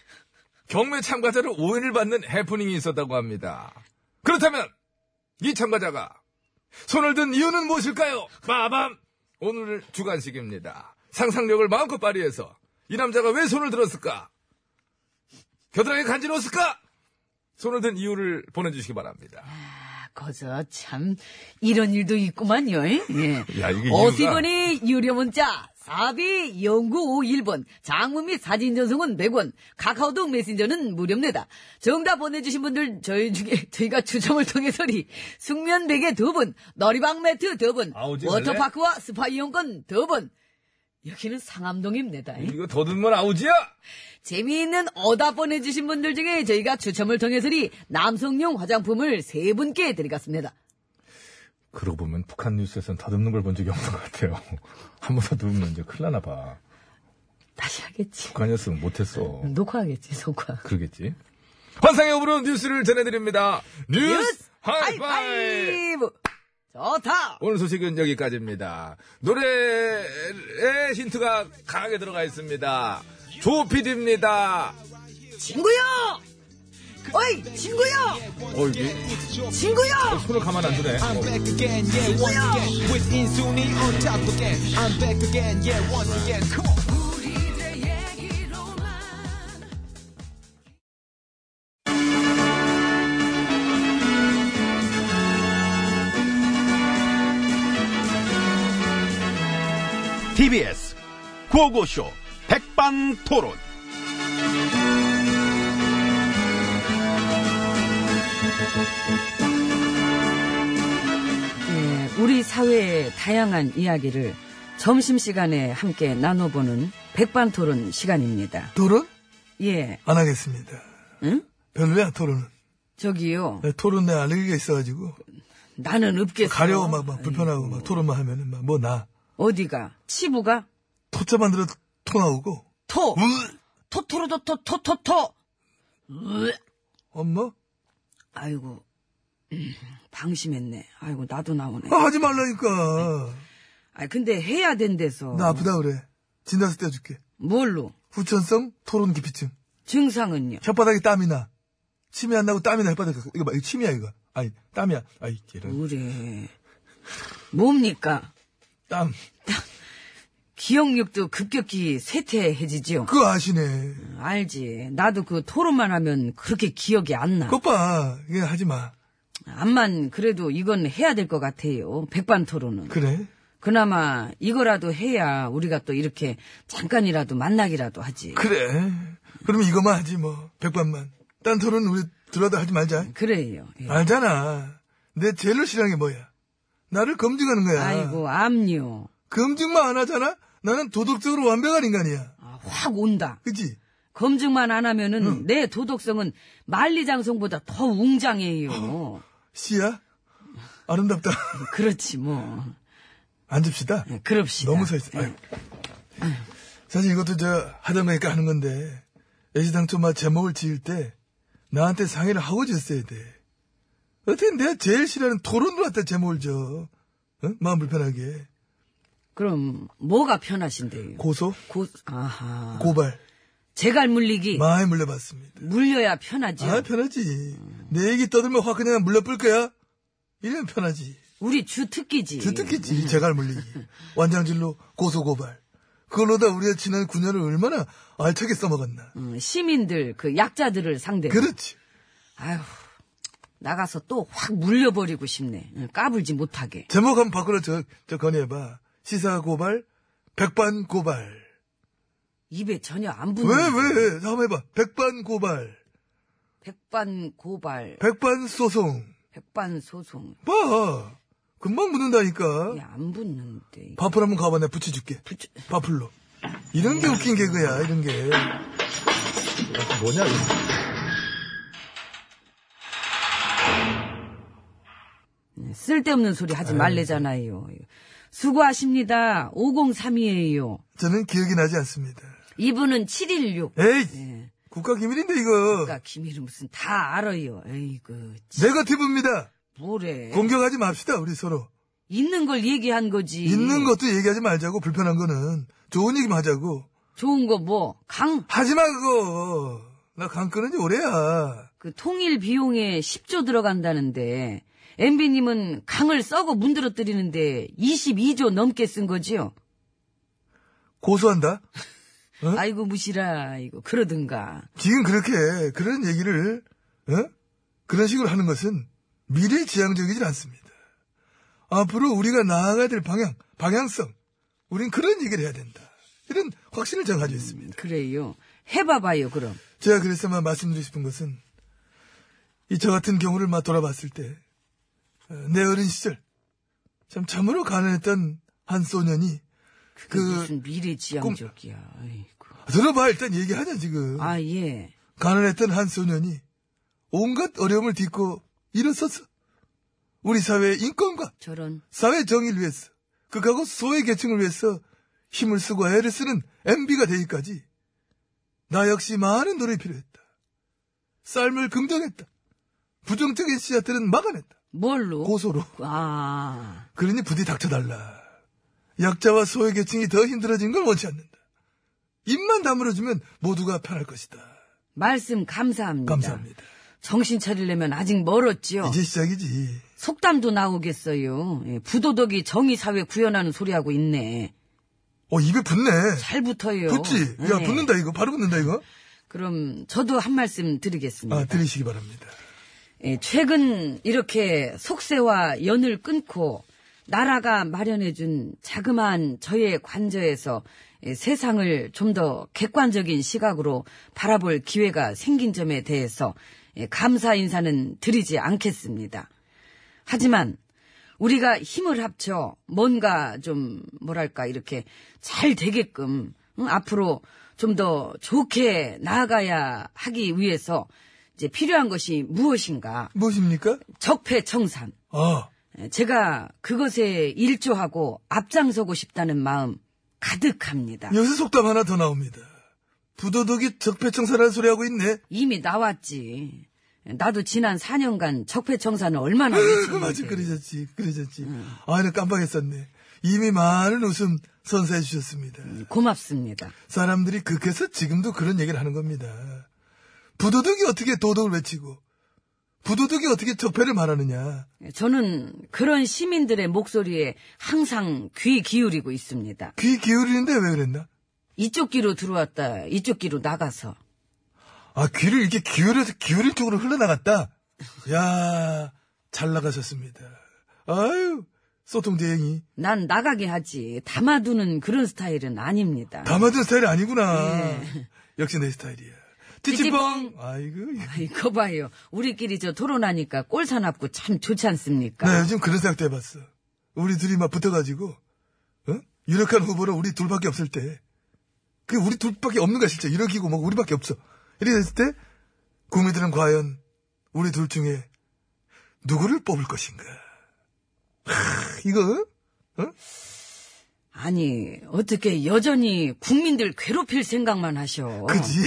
Speaker 1: 경매 참가자를 오해를 받는 해프닝이 있었다고 합니다. 그렇다면 이 참가자가 손을 든 이유는 무엇일까요? 빠밤! 오늘 주간식입니다. 상상력을 마음껏 발휘해서 이 남자가 왜 손을 들었을까? 겨드랑이 간지러웠을까? 손을 든 이유를 보내주시기 바랍니다.
Speaker 3: 아, 거저 참 이런 일도 있구만요. 예.
Speaker 1: 야, 이게 이유가-
Speaker 3: 50원이 유료 문자, 사비 0951번, 장문 및 사진 전송은 100원, 카카오톡 메신저는 무료입니다. 정답 보내주신 분들 저희 중에 저희가 추첨을 통해서리 숙면 베개 2분, 너리방 매트 2분,
Speaker 1: 아우지
Speaker 3: 워터파크와 스파 이용권 2분, 여기는 상암동입니다.
Speaker 1: 이거 더듬으면 아우지야!
Speaker 3: 재미있는 오답 보내주신 분들 중에 저희가 추첨을 통해서리 남성용 화장품을 세 분께 드리겠습니다.
Speaker 1: 그러고 보면 북한 뉴스에서는 더듬는 걸 본 적이 없는 것 같아요. 한 번 더듬으면 이제 큰일 나나 봐.
Speaker 3: 다시 하겠지.
Speaker 1: 북한이었으면 못했어.
Speaker 3: 녹화하겠지, 녹화.
Speaker 1: 그러겠지. 환상의 오브로 뉴스를 전해드립니다. 뉴스 하이파이!
Speaker 3: 하이파이브! 좋다!
Speaker 1: 오늘 소식은 여기까지입니다. 노래에 힌트가 강하게 들어가 있습니다. 조피디입니다.
Speaker 3: 친구요! 어이, 친구요!
Speaker 1: 어, 이게
Speaker 3: 친구요!
Speaker 1: 손을 가만 안 아, 두네.
Speaker 7: I'm back again, yeah, once again. With Insuni on top again. I'm back again, yeah, once again. Cool.
Speaker 5: 우리들 얘기로만
Speaker 8: TBS 구호고쇼 백반토론.
Speaker 3: 예, 우리 사회의 다양한 이야기를 점심시간에 함께 나눠보는 백반토론 시간입니다.
Speaker 4: 토론?
Speaker 3: 예,
Speaker 4: 안 하겠습니다.
Speaker 3: 응?
Speaker 4: 별로야, 토론은.
Speaker 3: 저기요.
Speaker 4: 내 토론 내 알레르기가 있어가지고.
Speaker 3: 나는 없겠어.
Speaker 4: 가려워, 막, 막, 불편하고, 막, 토론만 하면은, 막, 뭐, 나.
Speaker 3: 어디가? 치부가?
Speaker 4: 토자만 들어도 토 나오고.
Speaker 3: 토! 토토로도 토토토토!
Speaker 4: 엄마? 아,
Speaker 3: 아이고, 음, 방심했네. 아이고, 나도 나오네.
Speaker 4: 아, 하지 말라니까.
Speaker 3: 아 근데 해야 된대서.
Speaker 4: 나 아프다 그래. 진단서 떼어줄게.
Speaker 3: 뭘로?
Speaker 4: 후천성 토론 기피증.
Speaker 3: 증상은요?
Speaker 4: 혓바닥에 땀이 나. 침이 안 나고 땀이 나, 혓바닥에. 이거 봐, 이거 침이야, 이거. 아니, 땀이야. 아이, 이런.
Speaker 3: 우리 뭡니까?
Speaker 4: 땀.
Speaker 3: 기억력도 급격히 쇠퇴해지지요.
Speaker 4: 그거 아시네.
Speaker 3: 알지. 나도 그 토론만 하면 그렇게 기억이 안 나.
Speaker 4: 그것 봐. 이게 하지 마.
Speaker 3: 암만 그래도 이건 해야 될 것 같아요. 백반 토론은.
Speaker 4: 그래?
Speaker 3: 그나마 이거라도 해야 우리가 또 이렇게 잠깐이라도 만나기라도 하지.
Speaker 4: 그래. 그럼 이거만 하지, 뭐. 백반만. 딴 토론 우리 들어도 하지 말자.
Speaker 3: 그래요. 예.
Speaker 4: 알잖아. 내 제일 싫어하는 게 뭐야? 나를 검증하는 거야.
Speaker 3: 아이고 암요.
Speaker 4: 검증만 안 하잖아? 나는 도덕적으로 완벽한 인간이야.
Speaker 3: 아, 확 온다.
Speaker 4: 그치?
Speaker 3: 검증만 안 하면은
Speaker 4: 음.
Speaker 3: 내 도덕성은 만리장성보다 더
Speaker 4: 아.
Speaker 3: 웅장해요.
Speaker 4: 씨야? 아름답다.
Speaker 3: 그렇지 뭐.
Speaker 4: 앉읍시다.
Speaker 3: 예, 그럽시다. 네.
Speaker 4: 너무 서있어. 아이고. 사실 이것도 저 하던 거니까 하는 건데 애시당초 막 제목을 지을 때 나한테 상의를 하고 졌어야 돼. 어떻게 내가 제일 싫어하는 토론으로 갖다 제목을 줘. 어? 마음 불편하게.
Speaker 3: 그럼 뭐가 편하신데요?
Speaker 4: 고소,
Speaker 3: 고, 아하.
Speaker 4: 고발.
Speaker 3: 제갈 물리기
Speaker 4: 많이 물려봤습니다.
Speaker 3: 물려야 편하지.
Speaker 4: 아, 편하지. 내 얘기 떠들면 확 그냥 물려뿔 거야. 이러면 편하지.
Speaker 3: 우리 주
Speaker 4: 예.
Speaker 3: 특기지.
Speaker 4: 주특기지. 제갈 물리기. 완장질로 고소, 고발. 그걸로다 우리가 지난 9년을 얼마나 알차게 써먹었나.
Speaker 3: 음, 시민들 그 약자들을
Speaker 4: 예.
Speaker 3: 상대. 로
Speaker 4: 그렇지.
Speaker 3: 아휴 나가서 또 확 물려버리고 싶네. 응, 까불지 못하게.
Speaker 4: 제목 한번 바꾸라 저, 저 건의해봐. 시사 고발, 백반 고발.
Speaker 3: 입에 전혀 안
Speaker 4: 왜, 음.
Speaker 3: 붙는.
Speaker 4: 왜, 왜? 한번 해봐. 백반 고발.
Speaker 3: 백반 고발,
Speaker 4: 백반소송.
Speaker 3: 백반 소송.
Speaker 4: 봐. 금방
Speaker 3: 이게
Speaker 4: 붙는다니까.
Speaker 3: 안 붙는데.
Speaker 4: 밥풀 한번 가봐. 내가 붙여줄게. 밥풀로. 이런 게 웃긴 개그야, 이런 게.
Speaker 1: 뭐냐, 이거.
Speaker 3: 쓸데없는 소리 하지 말래잖아요. 수고하십니다. 503이에요.
Speaker 4: 저는 기억이 나지 않습니다.
Speaker 3: 이분은 716.
Speaker 4: 에이!
Speaker 3: 예.
Speaker 4: 국가 기밀인데, 이거.
Speaker 3: 그러니까 기밀은 무슨 다 알아요. 에이구, 참,
Speaker 4: 네거티브입니다. 예.
Speaker 3: 뭐래.
Speaker 4: 공격하지 맙시다, 우리 서로.
Speaker 3: 있는 걸 얘기한 거지.
Speaker 4: 있는 것도 얘기하지 말자고, 불편한 거는. 좋은 얘기만 하자고.
Speaker 3: 좋은 거 뭐, 강,
Speaker 4: 하지 마, 그거. 나 강 끄는 지 오래야.
Speaker 3: 그 통일 비용에 10조 들어간다는데, MB님은 강을 써고 문드러뜨리는데 22조 넘게 쓴 거지요?
Speaker 4: 고소한다?
Speaker 3: 아이고, 무시라, 이거, 그러든가.
Speaker 4: 지금 그렇게, 그런 얘기를, 어? 그런 식으로 하는 것은 미래 지향적이지 않습니다. 앞으로 우리가 나아가야 될 방향, 방향성. 우린 그런 얘기를 해야 된다. 이런 확신을 제가 가지고 있습니다.
Speaker 3: 그래요. 해봐봐요, 그럼.
Speaker 4: 제가 그래서만 말씀드리고 싶은 것은 이 저 같은 경우를 막 돌아봤을 때 내 어린 시절 참 참으로 가난했던 한 소년이
Speaker 3: 그게
Speaker 4: 그-
Speaker 3: 무슨 미래지향적이야. 아이고.
Speaker 4: 들어봐 일단 얘기하자 지금
Speaker 3: 아, 예.
Speaker 4: 가난했던 한 소년이 온갖 어려움을 딛고 일어서서 우리 사회의 인권과
Speaker 3: 저런.
Speaker 4: 사회 정의를 위해서 극하고 소외 계층을 위해서 힘을 쓰고 애를 쓰는 MB가 되기까지 나 역시 많은 노력이 필요했다. 삶을 긍정했다. 부정적인 씨앗들은 막아냈다.
Speaker 3: 뭘로?
Speaker 4: 고소로.
Speaker 3: 아,
Speaker 4: 그러니 부디 닥쳐달라. 약자와 소외 계층이 더 힘들어진 걸 원치 않는다. 입만 다물어주면 모두가 편할 것이다.
Speaker 3: 말씀 감사합니다.
Speaker 4: 감사합니다.
Speaker 3: 정신 차리려면 아직 멀었지요.
Speaker 4: 이제 시작이지.
Speaker 3: 속담도 나오겠어요. 예, 부도덕이 정의사회 구현하는 소리하고 있네.
Speaker 4: 어, 입에 붙네.
Speaker 3: 잘 붙어요.
Speaker 4: 붙지? 야,
Speaker 3: 예.
Speaker 4: 붙는다, 이거. 바로 붙는다, 이거.
Speaker 3: 그럼 저도 한 말씀 드리겠습니다.
Speaker 4: 아, 들으시기 바랍니다.
Speaker 3: 예, 최근 이렇게 속세와 연을 끊고 나라가 마련해준 자그마한 저의 관저에서 예, 세상을 좀 더 객관적인 시각으로 바라볼 기회가 생긴 점에 대해서 예, 감사 인사는 드리지 않겠습니다. 하지만 우리가 힘을 합쳐 뭔가 좀 뭐랄까 이렇게 잘 되게끔 응, 앞으로 좀 더 좋게 나아가야 하기 위해서 이제 필요한 것이 무엇인가
Speaker 4: 무엇입니까?
Speaker 3: 적폐청산
Speaker 4: 아,
Speaker 3: 에, 제가 그것에 일조하고 앞장서고 싶다는 마음 가득합니다.
Speaker 4: 여기서 속담 하나 더 나옵니다. 부도덕이 적폐청산하는 소리 하고 있네.
Speaker 3: 이미 나왔지. 예, 나도 지난 4년간 적폐청산을 얼마나
Speaker 4: 그 맞지,
Speaker 3: 했는데
Speaker 4: 그러셨지, 그러셨지. 아, 나 깜빡했었네. 이미 많은 웃음 선사해 주셨습니다.
Speaker 3: 고맙습니다.
Speaker 4: 사람들이 극해서 지금도 그런 얘기를 하는 겁니다. 부도덕이 어떻게 도덕을 외치고, 부도덕이 어떻게 적폐를 말하느냐.
Speaker 3: 예, 저는 그런 시민들의 목소리에 항상 귀 기울이고 있습니다.
Speaker 4: 귀 기울이는데 왜 그랬나?
Speaker 3: 이쪽 귀로 들어왔다, 이쪽 귀로 나가서.
Speaker 4: 아, 귀를 이렇게 기울여서 기울인 쪽으로 흘러나갔다? 야, 잘 나가셨습니다. 아유, 소통대행이.
Speaker 3: 난 나가게 하지. 담아두는 그런 스타일은 아닙니다.
Speaker 4: 담아둔 스타일이 아니구나. 역시 내 스타일이야. 네. 찌찌뽕! 아이고.
Speaker 3: 이거 봐요. 우리끼리 저 토론하니까 꼴 사납고 참 좋지 않습니까?
Speaker 4: 나 요즘 그런 생각도 해봤어. 우리 둘이 막 붙어가지고, 어? 유력한 후보로 우리 둘밖에 없을 때, 그 우리 둘밖에 없는 거야, 진짜. 이러기고 막 우리밖에 없어. 이래 됐을 때, 국민들은 과연 우리 둘 중에 누구를 뽑을 것인가. 하, 이거,
Speaker 3: 아니, 어떻게 여전히 국민들 괴롭힐 생각만 하셔.
Speaker 4: 그지?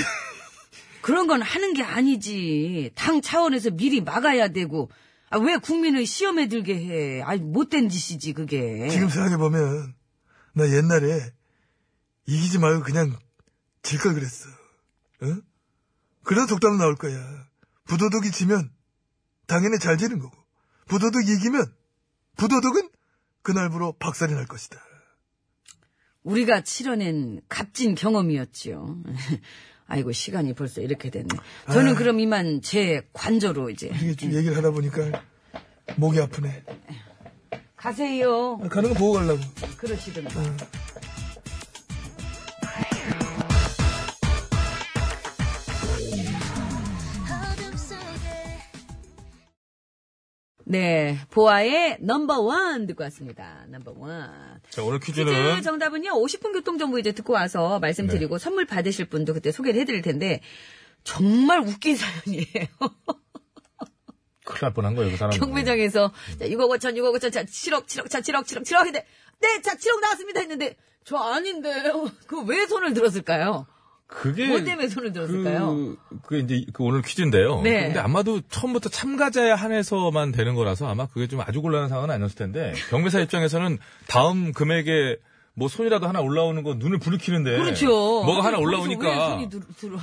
Speaker 3: 런건 하는 게 아니지. 당 차원에서 미리 막아야 되고. 아, 왜 국민을 시험에 들게 해? 아니, 못된 짓이지, 그게.
Speaker 4: 지금 생각해보면, 나 옛날에 이기지 말고 그냥 질 걸 그랬어. 응? 그래서 독담 나올 거야. 부도덕이 지면 당연히 잘 되는 거고, 부도덕이 이기면 부도덕은 그날부로 박살이 날 것이다.
Speaker 3: 우리가 치러낸 값진 경험이었지요. 아이고, 시간이 벌써 이렇게 됐네.
Speaker 4: 아.
Speaker 3: 저는 그럼 이만 제 관저로 이제.
Speaker 4: 이게 좀 얘기를 하다 보니까 목이 아프네.
Speaker 3: 가세요.
Speaker 4: 아, 가는 거 보고 가려고.
Speaker 3: 그러시든가.
Speaker 5: 어둠 속
Speaker 3: 네, 보아의 넘버원 듣고 왔습니다. 넘버원.
Speaker 1: 자, 오늘
Speaker 3: 퀴즈
Speaker 1: 퀴즈는
Speaker 3: 정답은요, 50분 교통정보 이제 듣고 와서 말씀드리고 선물 받으실 분도 그때 소개를 해드릴 텐데, 정말 웃긴 사연이에요.
Speaker 1: 큰일 날 뻔한 거예요, 그 사람.
Speaker 3: 경매장에서, 자, 6억 5천, 6억 5천, 자, 7억, 7억, 자, 7억, 7억, 7억 했는데, 네, 자, 7억 나왔습니다 했는데, 저 아닌데, 그 왜 손을 들었을까요?
Speaker 1: 그게
Speaker 3: 뭐 때문에 손을 들었을까요?
Speaker 1: 그, 그게 이제 그 오늘 퀴즈인데요.
Speaker 3: 네.
Speaker 1: 근데 아마도 처음부터 참가자에 한해서만 되는 거라서 아마 그게 좀 아주 곤란한 상황은 아니었을 텐데 경매사 입장에서는 다음 금액에 뭐 손이라도 하나 올라오는 거 눈을 부르키는데
Speaker 3: 그렇죠.
Speaker 1: 네. 뭐가 하나
Speaker 3: 아니, 거기서 왜
Speaker 1: 올라오니까
Speaker 3: 손이 들- 들어.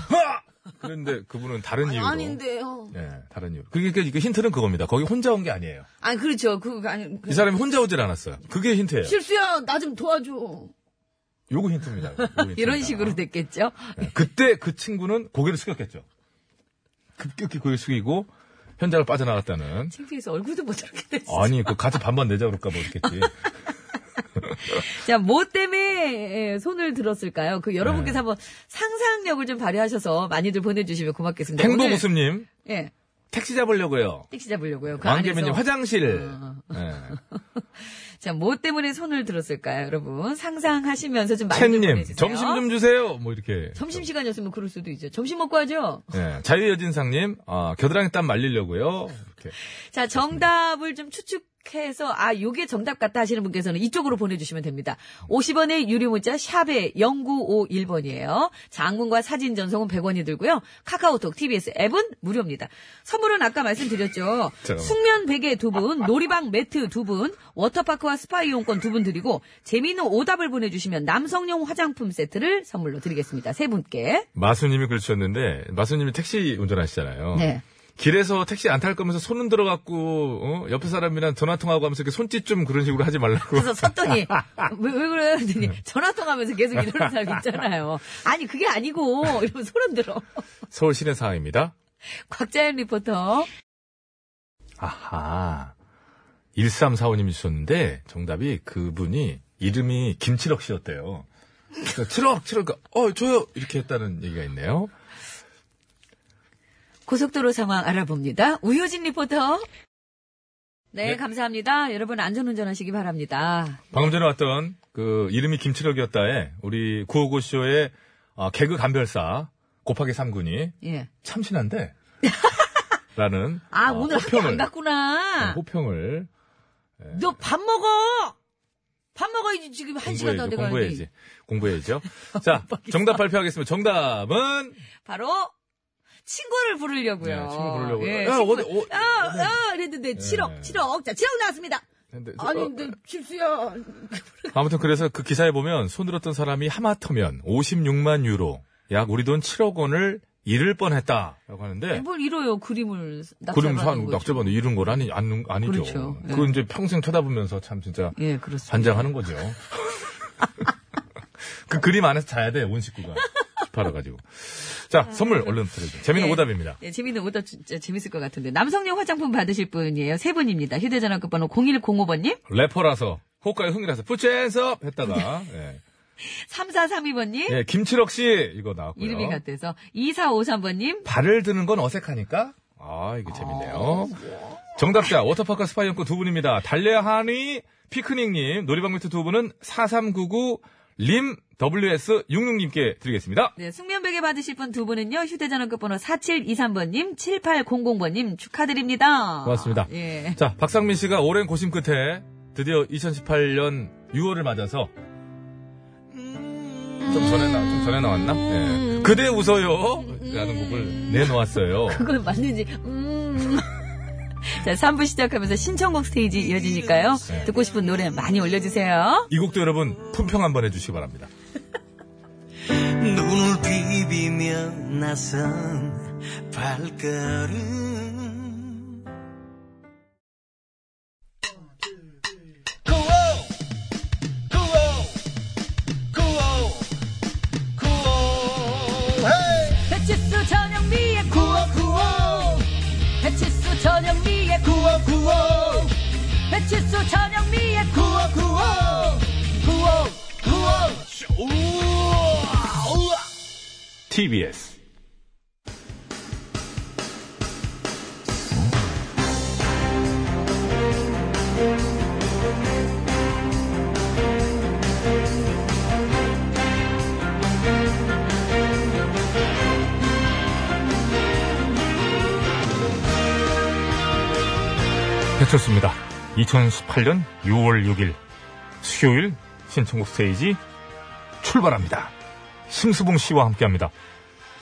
Speaker 1: 그런데 그분은 다른 이유로
Speaker 3: 아닌데요.
Speaker 1: 예, 다른 이유로. 그게 그러니까 그 힌트는 그겁니다. 거기 혼자 온 게 아니에요.
Speaker 3: 아니, 그렇죠. 그, 아니, 그-
Speaker 1: 이 사람이 혼자 오질 않았어요. 그게 힌트예요.
Speaker 3: 실수야, 나 좀 도와줘.
Speaker 1: 요거 힌트입니다. 요거 힌트입니다.
Speaker 3: 이런 식으로 됐겠죠?
Speaker 1: 네. 그때 그 친구는 고개를 숙였겠죠. 급격히 고개 숙이고 현장을 빠져나갔다는.
Speaker 3: 창피해서 얼굴도 못 들게 됐어.
Speaker 1: 아니 그 같이 반반 내자 그럴까 모르겠지.
Speaker 3: 자, 뭐 때문에 예, 손을 들었을까요? 그 여러분께서
Speaker 1: 네.
Speaker 3: 한번 상상력을 좀 발휘하셔서 많이들 보내주시면 고맙겠습니다. 오늘,
Speaker 1: 행복웃음님
Speaker 3: 예,
Speaker 1: 택시 잡으려고요.
Speaker 3: 택시 잡으려고요. 그
Speaker 1: 왕계민님
Speaker 3: 안에서.
Speaker 1: 화장실. 네.
Speaker 3: 자, 뭐 때문에 손을 들었을까요, 여러분? 상상하시면서 좀 많이 좀
Speaker 1: 첸님
Speaker 3: 보내주세요.
Speaker 1: 점심 좀 주세요. 뭐 이렇게.
Speaker 3: 점심시간이었으면 그럴 수도 있죠. 점심 먹고 하죠?
Speaker 1: 네. 자유여진상님 아, 겨드랑이 땀 말리려고요. 이렇게.
Speaker 3: 자, 정답을 좀 추측해서, 아, 요게 정답 같다 하시는 분께서는 이쪽으로 보내주시면 됩니다. 50원의 유료 문자, 샵에 0951번이에요. 장문과 사진 전송은 100원이 들고요. 카카오톡, TBS 앱은 무료입니다. 선물은 아까 말씀드렸죠.
Speaker 1: 잠깐만.
Speaker 3: 숙면 베개 두 분, 놀이방 매트 두 분, 워터파크와 스파 이용권 두 분 드리고, 재미있는 오답을 보내주시면 남성용 화장품 세트를 선물로 드리겠습니다. 세 분께.
Speaker 1: 마수님이 글 주셨는데 마수님이 택시 운전하시잖아요.
Speaker 3: 네.
Speaker 1: 길에서 택시 안 탈 거면서 손은 들어갖고 어? 옆에 사람이랑 전화 통화하고 하면서 이렇게 손짓 좀 그런 식으로 하지 말라고.
Speaker 3: 그래서 섰더니 왜, 왜 그래요? 했더니 전화 통하면서 계속 이러는 사람 있잖아요. 아니 그게 아니고 이러면 소름 들어.
Speaker 1: 서울 시내 상황입니다.
Speaker 3: 곽자연 리포터.
Speaker 1: 아하. 1345님이 주셨는데, 정답이 그분이 이름이 김칠억 씨였대요. 그러니까 칠억, 칠억, 어, 저요! 이렇게 했다는 얘기가 있네요.
Speaker 3: 고속도로 상황 알아봅니다. 우효진 리포터. 네,
Speaker 1: 네.
Speaker 3: 감사합니다. 여러분 안전운전 하시기 바랍니다.
Speaker 1: 방금 전에 왔던 그 이름이 김칠억이었다에 우리 구호고쇼의 아, 개그 간별사 곱하기 3군이
Speaker 3: 예.
Speaker 1: 참신한데? 라는
Speaker 3: 아
Speaker 1: 어,
Speaker 3: 오늘 학교 안
Speaker 1: 호평을, 네,
Speaker 3: 갔구나.
Speaker 1: 호평을
Speaker 3: 너 밥 먹어. 밥 먹어야지 지금 한 시간 다
Speaker 1: 공부해야죠.
Speaker 3: 돼가는데.
Speaker 1: 공부해야지. 공부해야죠. 자, 정답 발표하겠습니다. 정답은
Speaker 3: 바로 친구를 부르려고요.
Speaker 1: 네, 친구 부르려고요.
Speaker 3: 예,
Speaker 1: 야,
Speaker 3: 친구를.
Speaker 1: 어디- 네. 어-
Speaker 3: 아, 아, 이랬는데 7억, 7억, 자 7억 나왔습니다.
Speaker 1: 근데 저- 어,
Speaker 3: 아니, 근데 실수야.
Speaker 1: 아무튼 그래서 그 기사에 보면 손들었던 사람이 하마터면 56만 유로, 약 우리 돈 7억 원을 잃을 뻔했다라고 하는데
Speaker 3: 뭘 잃어요, 그림을.
Speaker 1: 네. 그럼
Speaker 3: 낙찰받는
Speaker 1: 산
Speaker 3: 거죠.
Speaker 1: 낙제반도 잃은 건 아니 안, 아니죠.
Speaker 3: 그렇죠. 예.
Speaker 1: 그건 이제 평생 쳐다보면서 참 진짜
Speaker 3: 예, 그렇습니다.
Speaker 1: 환장하는 거죠. 그 그림 안에서 자야 돼, 온 식구가. 팔아가지고. 자, 선물 얼른 드려줘. 재미있는
Speaker 3: 예.
Speaker 1: 오답입니다.
Speaker 3: 예, 재밌는 오답 진짜 재밌을 것 같은데. 남성용 화장품 받으실 분이에요. 세 분입니다. 휴대전화 끝번호 0105번님,
Speaker 1: 래퍼라서, 호가의 흥이라서, 푸첸섭! 했다가, 예.
Speaker 3: 3432번님,
Speaker 1: 예, 김칠억 씨! 이거 나왔고요.
Speaker 3: 이름이 같아서 2453번님,
Speaker 1: 발을 드는 건 어색하니까. 아, 이게 재밌네요. 정답자, 워터파크 스파이언코 두 분입니다. 달래하니 피크닉님, 놀이방 매트 두 분은 4399 림, WS66님께 드리겠습니다.
Speaker 3: 네, 숙면베개 받으실 분 두 분은요. 휴대전화 끝번호 4723번님, 7800번님 축하드립니다.
Speaker 1: 고맙습니다.
Speaker 3: 예.
Speaker 1: 자, 박상민 씨가 오랜 고심 끝에 드디어 2018년 6월을 맞아서 좀 전에, 나, 좀 전에 나왔나? 예. 그대 웃어요! 라는 곡을 내놓았어요.
Speaker 3: 그건 맞는지, 음. 자, 3부 시작하면서 신청곡 스테이지 이어지니까요.
Speaker 1: 네.
Speaker 3: 듣고 싶은 노래 많이 올려주세요.
Speaker 1: 이 곡도 여러분 품평 한번 해주시기 바랍니다.
Speaker 6: 눈을 비비며 나선 발걸음
Speaker 3: 배치수 전영미의 구호 구호 배치수 전영미의 구호 구호 배치수 전영미의 구호 구호
Speaker 1: TBS. 배철수입니다. 2018년 6월 6일 수요일 신청곡 스테이지 출발합니다. 심수봉 씨와 함께합니다.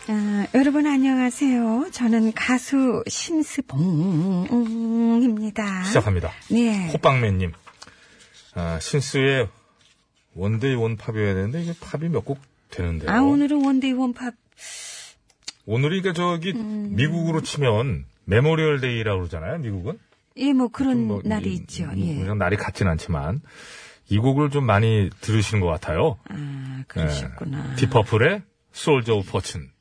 Speaker 9: 아, 여러분 안녕하세요. 저는 가수 심스봉입니다.
Speaker 1: 아? 시작합니다.
Speaker 9: 네.
Speaker 1: 호빵맨님. 아, 신스의 원데이 원팝이어야 되는데 이게 팝이 몇 곡 되는데요.
Speaker 9: 아 오늘은 원데이 원팝.
Speaker 1: 오늘이 그러니까 저기
Speaker 9: 음.
Speaker 1: 미국으로 치면 메모리얼 데이라고 그러잖아요. 미국은.
Speaker 9: 예, 뭐 그런
Speaker 1: 뭐
Speaker 9: 날이
Speaker 1: 이-
Speaker 9: 있죠.
Speaker 1: 이-
Speaker 9: 예.
Speaker 1: 그냥 날이 같진 않지만 이 곡을 좀 많이 들으시는 것 같아요.
Speaker 9: 아 그러셨구나.
Speaker 1: 네. 디퍼플의 솔저 오브 포춘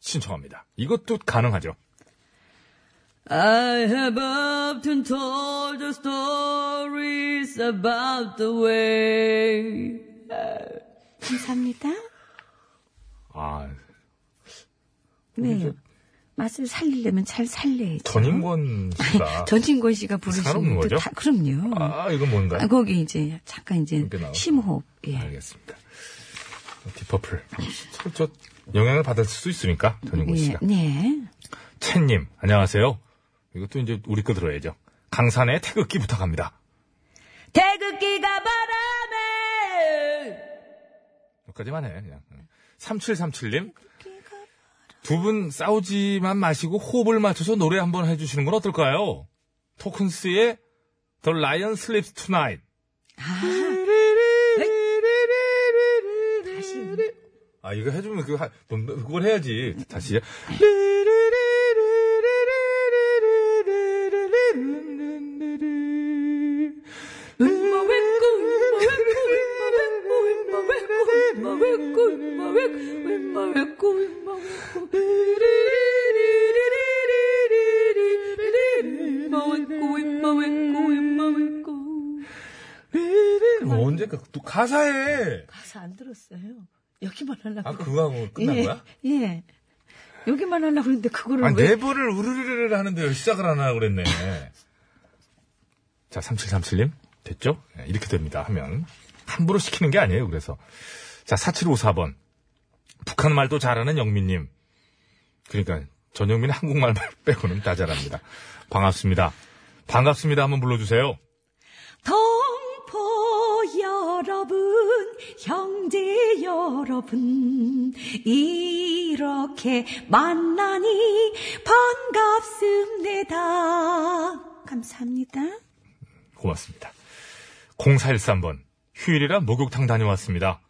Speaker 1: 신청합니다. 이것도 가능하죠.
Speaker 3: I have often told the stories about the way.
Speaker 9: 감사합니다.
Speaker 1: 아
Speaker 9: 네. 맛을 살리려면 잘 살려야죠.
Speaker 1: 음. 전인권 씨가
Speaker 9: 전진권 씨가 부르시는
Speaker 1: 사람은
Speaker 9: 것도
Speaker 1: 뭐죠?
Speaker 9: 다 그럼요.
Speaker 1: 아 이건 뭔가
Speaker 9: 아, 거기 이제 잠깐 이제
Speaker 1: 이렇게 아, 나오고.
Speaker 9: 심호흡. 예.
Speaker 1: 알겠습니다. 디퍼플 저, 저 영향을 받을 수도 있으니까 전인권
Speaker 9: 예.
Speaker 1: 씨가
Speaker 9: 네.
Speaker 1: 채님 안녕하세요. 이것도 이제 우리 거 들어야죠. 강산의 태극기 부탁합니다.
Speaker 3: 태극기가 바람에
Speaker 1: 여기까지만 해, 그냥. 3737님. 두 분 싸우지만 마시고 호흡을 맞춰서 노래 한번 해주시는 건 어떨까요? 토큰스의 The Lion Sleeps Tonight. 아, 이거 해주면 그거, 하- 넌 그걸 해야지. 다시. 뭐, 언제 가, 또 가사에.
Speaker 3: 가사 안 들었어요. 여기만 하려고.
Speaker 1: 아, 그거 하고 끝난
Speaker 9: 예.
Speaker 1: 거야?
Speaker 9: 예. 여기만 하려고 했는데 그거를
Speaker 1: 아니,
Speaker 9: 왜
Speaker 1: 내부를 우르르르 하는데 시작을 안 하고 그랬네. 자, 3737님. 됐죠? 예, 이렇게 됩니다. 하면. 함부로 시키는 게 아니에요. 그래서. 자, 4754번. 북한 말도 잘하는 영민님. 그러니까, 전영민은 한국말 빼고는 다 잘합니다. 반갑습니다. 반갑습니다. 한번 불러주세요.
Speaker 3: 동포 여러분, 형제 여러분, 이렇게 만나니 반갑습니다.
Speaker 9: 감사합니다.
Speaker 1: 고맙습니다. 0413번. 휴일이라 목욕탕 다녀왔습니다.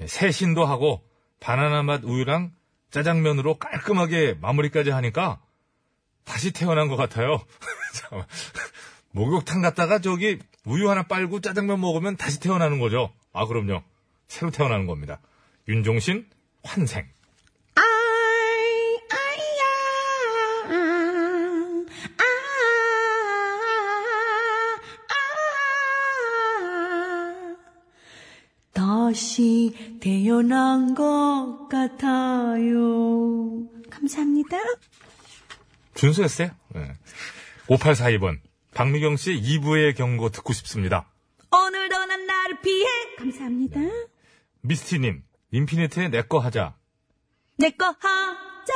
Speaker 1: 예, 새신도 하고 바나나 맛 우유랑 짜장면으로 깔끔하게 마무리까지 하니까 다시 태어난 것 같아요. 잠깐만. 목욕탕 갔다가 저기 우유 하나 빨고 짜장면 먹으면 다시 태어나는 거죠. 아, 그럼요. 새로 태어나는 겁니다. 윤종신 환생.
Speaker 9: 아이, 아이야. 아, 아, 아.
Speaker 3: 다시 태어난 것 같아요.
Speaker 9: 감사합니다.
Speaker 1: 준수였어요? 예. 5842번. 박미경 씨의 2부의 경고 듣고 싶습니다.
Speaker 3: 오늘도 난 나를 피해
Speaker 9: 감사합니다.
Speaker 1: 미스티님, 인피니트의 내 거 하자.
Speaker 3: 내 거 하자.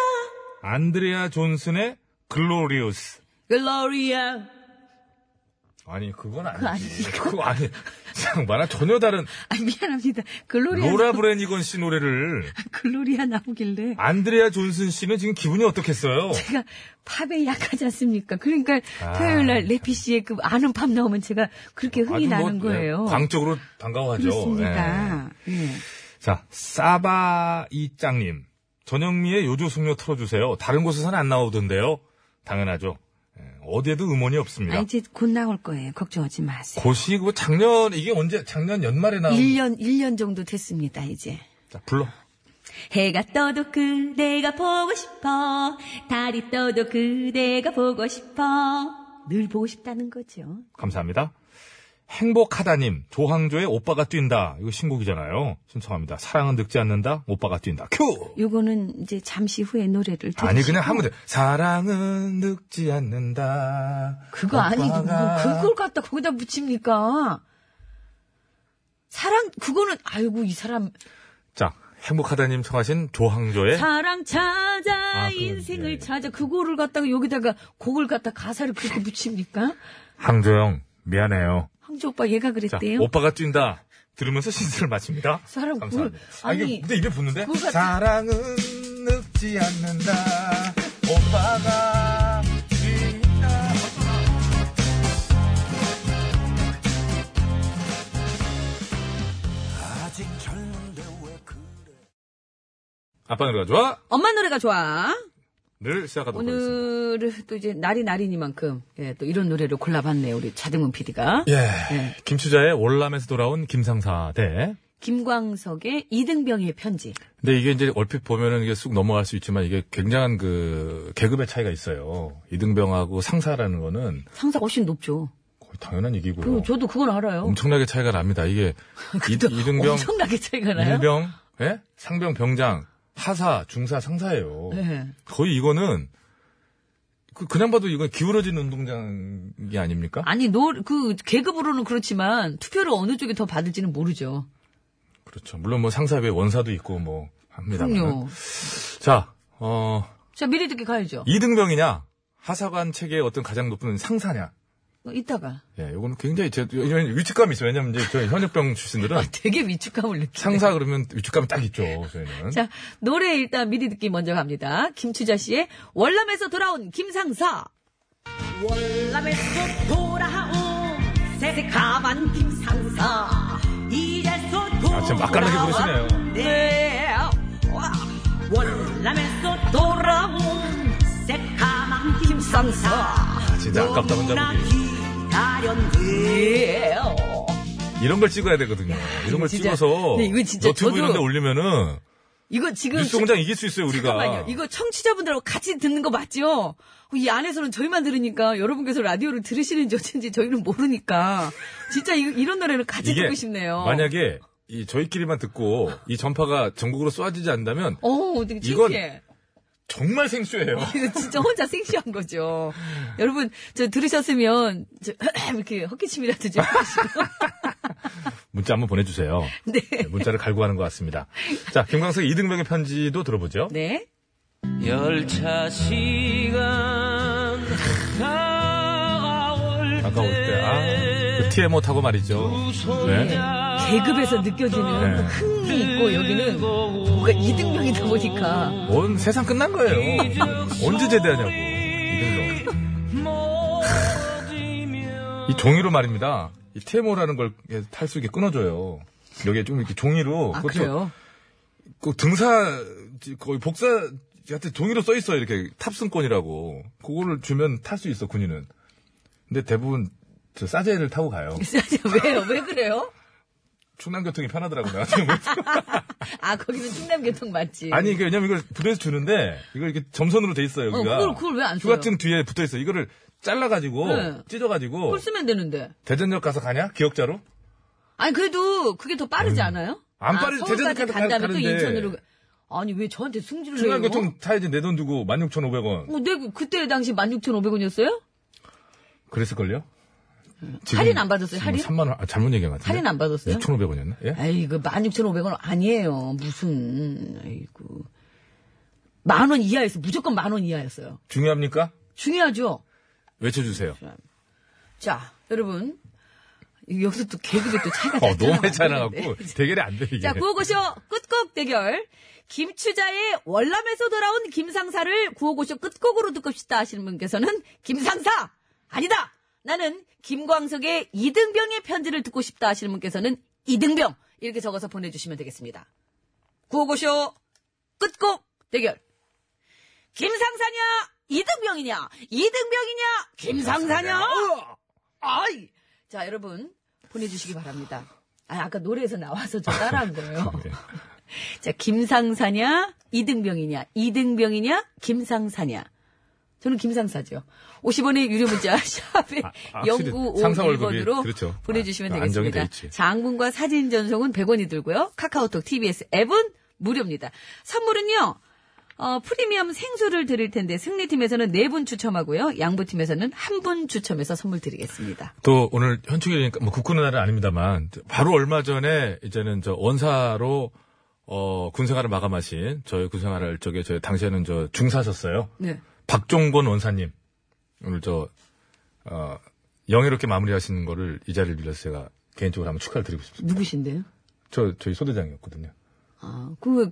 Speaker 1: 안드레아 존슨의 글로리우스.
Speaker 3: 글로리아.
Speaker 1: 아니, 그건 아니지. 그거 아니. 장바나 전혀 다른
Speaker 3: 아, 미안합니다. 글로리아.
Speaker 1: 로라 브레니건 씨 노래를
Speaker 3: 글로리아 나오길래.
Speaker 1: 안드레아 존슨 씨는 지금 기분이 어떻겠어요?
Speaker 3: 제가 팝에 약하지 않습니까? 그러니까
Speaker 1: 아.
Speaker 3: 토요일날 레피 씨의 그 아는 팝 나오면 제가 그렇게 흥이
Speaker 1: 아주 뭐,
Speaker 3: 나는 거예요.
Speaker 1: 예, 광적으로 반가워하죠. 예.
Speaker 9: 그렇습니다. 예.
Speaker 1: 자, 사바 이짱님. 전영미의 요조숙녀 틀어주세요. 다른 곳에서는 안 나오던데요. 당연하죠. 예, 어디에도 음원이 없습니다.
Speaker 9: 아, 이제 곧 나올 거예요. 걱정하지 마세요.
Speaker 1: 고시, 그 작년, 이게 언제, 작년 연말에 나온.
Speaker 3: 1년, 1년 정도 됐습니다, 이제.
Speaker 1: 자, 불러.
Speaker 3: 해가 떠도 그대가 보고 싶어. 달이 떠도 그대가 보고 싶어. 늘 보고 싶다는 거죠.
Speaker 1: 감사합니다. 행복하다님, 조항조의 오빠가 뛴다. 이거 신곡이잖아요. 신청합니다. 사랑은 늙지 않는다. 오빠가 뛴다. 큐!
Speaker 9: 요거는 이제 잠시 후에 노래를 들으시고
Speaker 1: 아니, 그냥 하면 돼. 사랑은 늙지 않는다.
Speaker 3: 그거 아니고,
Speaker 1: 오빠가
Speaker 3: 그걸 갖다 거기다 붙입니까? 사랑, 그거는, 아이고, 이 사람,
Speaker 1: 자, 행복하다님 청하신 조항조의
Speaker 3: 사랑 찾아
Speaker 1: 네? 아, 그건,
Speaker 3: 인생을
Speaker 1: 예.
Speaker 3: 찾아 그거를 갖다가 여기다가 곡을 갖다 가사를 그렇게 붙입니까?
Speaker 1: 항조형 미안해요.
Speaker 3: 황조 오빠 얘가
Speaker 1: 자,
Speaker 3: 그랬대요.
Speaker 1: 오빠가 뛴다. 들으면서 신스를 마칩니다.
Speaker 3: 사람
Speaker 1: 감사합니다.
Speaker 3: 뭘-
Speaker 1: 아, 이게
Speaker 3: 아니,
Speaker 1: 근데 입에 붙는데?
Speaker 3: 그거 같-
Speaker 4: 사랑은 늙지 않는다. 오빠가 뛴다.
Speaker 6: 아직 젊은데 왜 그래
Speaker 1: 아빠 노래가 좋아?
Speaker 3: 엄마 노래가 좋아.
Speaker 1: 를 시작하도록 하겠습니다.
Speaker 3: 오늘은 또 이제 날이 날이니만큼 예, 또 이런 노래를 골라봤네요. 우리 차등문 PD가.
Speaker 1: 예.
Speaker 3: 예.
Speaker 1: 김추자의 월남에서 돌아온 김상사 대.
Speaker 3: 김광석의 이등병의 편지.
Speaker 1: 근데 이게 이제 얼핏 보면은 이게 쑥 넘어갈 수 있지만 이게 굉장한 그 계급의 차이가 있어요. 이등병하고 상사라는 거는
Speaker 3: 상사 훨씬 높죠.
Speaker 1: 거의 당연한 얘기고요.
Speaker 3: 그 저도 그건 알아요.
Speaker 1: 엄청나게 차이가 납니다. 이게 이, 등병
Speaker 3: 엄청나게 차이가 나요.
Speaker 1: 일병, 예? 상병, 병장, 하사, 중사, 상사예요.
Speaker 3: 네.
Speaker 1: 거의 이거는 그, 그냥 봐도 이건 기울어진 운동장이 아닙니까?
Speaker 3: 아니 노 그 계급으로는 그렇지만 투표를 어느 쪽이 더 받을지는 모르죠.
Speaker 1: 그렇죠. 물론 뭐 상사 외에 원사도 있고 뭐 합니다만.
Speaker 3: 그럼요.
Speaker 1: 자, 어,
Speaker 3: 자 미리 듣기 가야죠.
Speaker 1: 이등병이냐? 하사관 체계의 어떤 가장 높은 상사냐?
Speaker 3: 이따가
Speaker 1: 예, 요거는 굉장히 제, 이런 위축감이 있어요. 왜냐면 이제 저희 현역병
Speaker 3: 아,
Speaker 1: 출신들은
Speaker 3: 되게 위축감을 느끼.
Speaker 1: 상사 그러면 위축감이 딱 있죠. 저희는.
Speaker 3: 자 노래 일단 미리 듣기 먼저 갑니다. 김추자 씨의 월남에서 돌아온 김상사.
Speaker 5: 월남에서 돌아온 새카만 김상사 이래서
Speaker 1: 아, 지금 맛깔나게 부르시네요.
Speaker 5: 돌아왔네 와, 월남에서 돌아온 새카만 김상사
Speaker 1: 진짜 아깝다, 혼자
Speaker 5: 너무나
Speaker 1: 보기.
Speaker 5: 기다렸네
Speaker 1: 이런 걸 찍어야 되거든요. 이런 걸
Speaker 3: 진짜.
Speaker 1: 찍어서
Speaker 3: 근데 이거 진짜
Speaker 1: 너튜브
Speaker 3: 저도-
Speaker 1: 이런 데 올리면은
Speaker 3: 이거 지금
Speaker 1: 뉴스 공장 이길 수 있어요, 우리가.
Speaker 3: 잠깐만요. 이거 청취자분들하고 같이 듣는 거 맞죠? 이 안에서는 저희만 들으니까 여러분께서 라디오를 들으시는지 어쩐지 저희는 모르니까 진짜 이, 런 노래를 같이
Speaker 1: 이게
Speaker 3: 듣고 싶네요.
Speaker 1: 만약에 이 저희끼리만 듣고 이 전파가 전국으로 쏘아지지 않는다면
Speaker 3: 어, 되게
Speaker 1: 이건-
Speaker 3: 신기해.
Speaker 1: 정말 생수예요.
Speaker 3: 이거 진짜 혼자 섹시한 거죠. 여러분, 저 들으셨으면 저 이렇게 헛기침이라도 좀 하시고.
Speaker 1: 문자 한번 보내주세요.
Speaker 3: 네.
Speaker 1: 네, 문자를 갈고 가는 것 같습니다. 자, 김광석 이등병의 편지도 들어보죠.
Speaker 3: 네.
Speaker 6: 열차 시간 다가올
Speaker 1: 아까 올 때, 아, 그 TMO 타고 말이죠. 네.
Speaker 3: 계급에서 느껴지는
Speaker 1: 네.
Speaker 3: 흥미 있고 뭐 여기는 뭐가 이등병이다 보니까
Speaker 1: 뭔 세상 끝난 거예요. 어, 언제 제대하냐고. 이등병. 이 종이로 말입니다. 이 TMO라는 걸 탈수 있게 끊어줘요. 여기에 좀 이렇게 종이로.
Speaker 3: 아
Speaker 1: 그것도
Speaker 3: 그래요.
Speaker 1: 그 등사 거의 복사 같은 종이로 써 있어요 이렇게 탑승권이라고 그거를 주면 탈 수 있어 군인은 근데 대부분 저 싸제를 타고 가요
Speaker 3: 왜요? 왜 그래요?
Speaker 1: 충남교통이 편하더라고요 내가 지금.
Speaker 3: 아 거기는 충남교통 맞지.
Speaker 1: 아니 그러니까 왜냐면 이걸 부대에서 주는데 이걸 이렇게 점선으로 돼 있어요
Speaker 3: 어,
Speaker 1: 여기가
Speaker 3: 그걸- 그걸 왜안 써요?
Speaker 1: 휴가증 뒤에 붙어 있어 이거를 잘라가지고
Speaker 3: 네.
Speaker 1: 찢어가지고
Speaker 3: 뭘 쓰면 되는데.
Speaker 1: 대전역 가서 가냐 기억자로
Speaker 3: 아니 그래도 그게 더 빠르지 않아요?
Speaker 1: 음. 안
Speaker 3: 아,
Speaker 1: 빠르지.
Speaker 3: 서울까지
Speaker 1: 대전까지
Speaker 3: 간 다음에 또
Speaker 1: 가는데.
Speaker 3: 인천으로. 가- 아니 왜 저한테 승질을 내요?
Speaker 1: 충남교통 타야지 내 돈 주고 16,500원
Speaker 3: 어, 내 그때 당시 16,500원이었어요?
Speaker 1: 그랬을걸요
Speaker 3: 할인 안 받았어요,
Speaker 1: 지금
Speaker 3: 할인?
Speaker 1: 3만 원 아, 잘못 얘기한 것 같은데
Speaker 3: 할인 안 받았어요?
Speaker 1: 6,500원이었나 예?
Speaker 3: 아이고 16,500원 아니에요. 무슨 아이고 만 원 이하였어. 무조건 만 원 이하였어요.
Speaker 1: 중요합니까?
Speaker 3: 중요하죠.
Speaker 1: 외쳐주세요.
Speaker 3: 자 여러분 여기서 또 개그도 또 차이가
Speaker 1: 어, 너무 많이
Speaker 3: 나잖아.
Speaker 1: 차이나갖고 대결이 안 돼, 이게.
Speaker 3: 자, 구호고쇼 끝곡 대결. 김추자의 월남에서 돌아온 김상사를 구호고쇼 끝곡으로 듣고 싶다 하시는 분께서는 김상사! 아니다! 나는 김광석의 이등병의 편지를 듣고 싶다 하시는 분께서는 이등병! 이렇게 적어서 보내주시면 되겠습니다. 구호고쇼 끝곡 대결. 김상사냐? 이등병이냐? 이등병이냐? 김상사냐? 아이! 자, 여러분, 보내주시기 바랍니다. 아, 아까 노래에서 나와서 저 따라한 거예요.
Speaker 1: 네.
Speaker 3: 자, 김상사냐, 이등병이냐, 이등병이냐, 김상사냐. 저는 김상사죠. 50원의 유료 문자 샵에
Speaker 1: 아, 아, 확실히 상사 월급이
Speaker 3: 0951번으로
Speaker 1: 그렇죠.
Speaker 3: 보내주시면
Speaker 1: 아, 안정이 돼
Speaker 3: 되겠습니다.
Speaker 1: 있지.
Speaker 3: 장문과 사진 전송은 100원이 들고요. 카카오톡, TBS 앱은 무료입니다. 선물은요. 어, 프리미엄 생수를 드릴 텐데 승리팀에서는 4분 추첨하고요. 양보팀에서는 1분 추첨해서 선물 드리겠습니다.
Speaker 1: 또 오늘 현충일이니까 뭐 국군의 날은 아닙니다만 바로 얼마 전에 이제는 저 원사로 어, 군생활을 마감하신 저희 군생활을 적에 저희 당시에는 저 중사셨어요.
Speaker 10: 네.
Speaker 1: 박종권 원사님 오늘 저 어, 영예롭게 마무리하시는 거를 이 자리를 빌려서 제가 개인적으로 한번 축하를 드리고 싶습니다.
Speaker 10: 누구신데요?
Speaker 1: 저 저희 소대장이었거든요.
Speaker 10: 아, 그럼 왜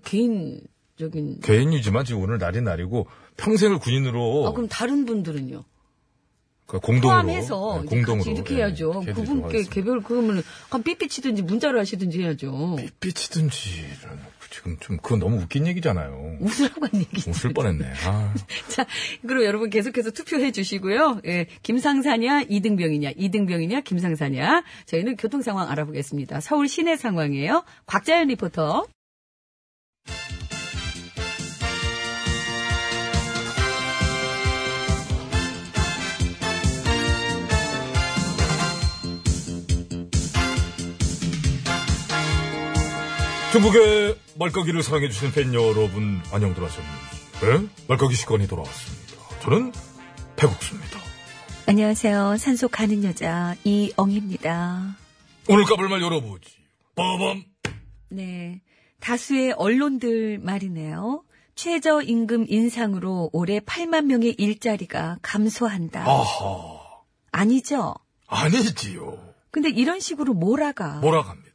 Speaker 10: 개인적인.
Speaker 1: 개인이지만 지금 오늘 날이 날이고 평생을 군인으로
Speaker 10: 아, 그럼 다른 분들은요?
Speaker 1: 그 공동으로
Speaker 10: 포함해서
Speaker 1: 네,
Speaker 10: 이제
Speaker 1: 공동으로
Speaker 10: 같이 이렇게
Speaker 1: 예,
Speaker 10: 해야죠.
Speaker 1: 이렇게 해드리도록
Speaker 10: 그분께
Speaker 1: 하겠습니다.
Speaker 10: 개별 그러면 한 삐삐치든지 문자로 하시든지 해야죠.
Speaker 1: 삐삐치든지 지금 좀 그건 너무 웃긴 얘기잖아요.
Speaker 10: 웃으라고 한 얘기죠.
Speaker 1: 웃을 뻔했네. 아.
Speaker 10: 자, 그럼 여러분 계속해서 투표해 주시고요. 예, 김상사냐, 이등병이냐, 이등병이냐, 김상사냐. 저희는 교통 상황 알아보겠습니다. 서울 시내 상황이에요. 곽자연 리포터.
Speaker 1: 중국의 말까기를 사랑해주신 팬 여러분, 안녕들 하셨는지. 네? 말까기 시간이 돌아왔습니다. 저는 배국수입니다.
Speaker 3: 안녕하세요. 산소 가는 여자 이엉입니다.
Speaker 1: 오늘 까불 말 열어보지. 빠밤!
Speaker 3: 네. 다수의 언론들 말이네요. 최저임금 인상으로 올해 8만 명의 일자리가 감소한다.
Speaker 1: 아하.
Speaker 3: 아니죠?
Speaker 1: 아니지요.
Speaker 3: 근데 이런 식으로 몰아가.
Speaker 1: 몰아갑니다.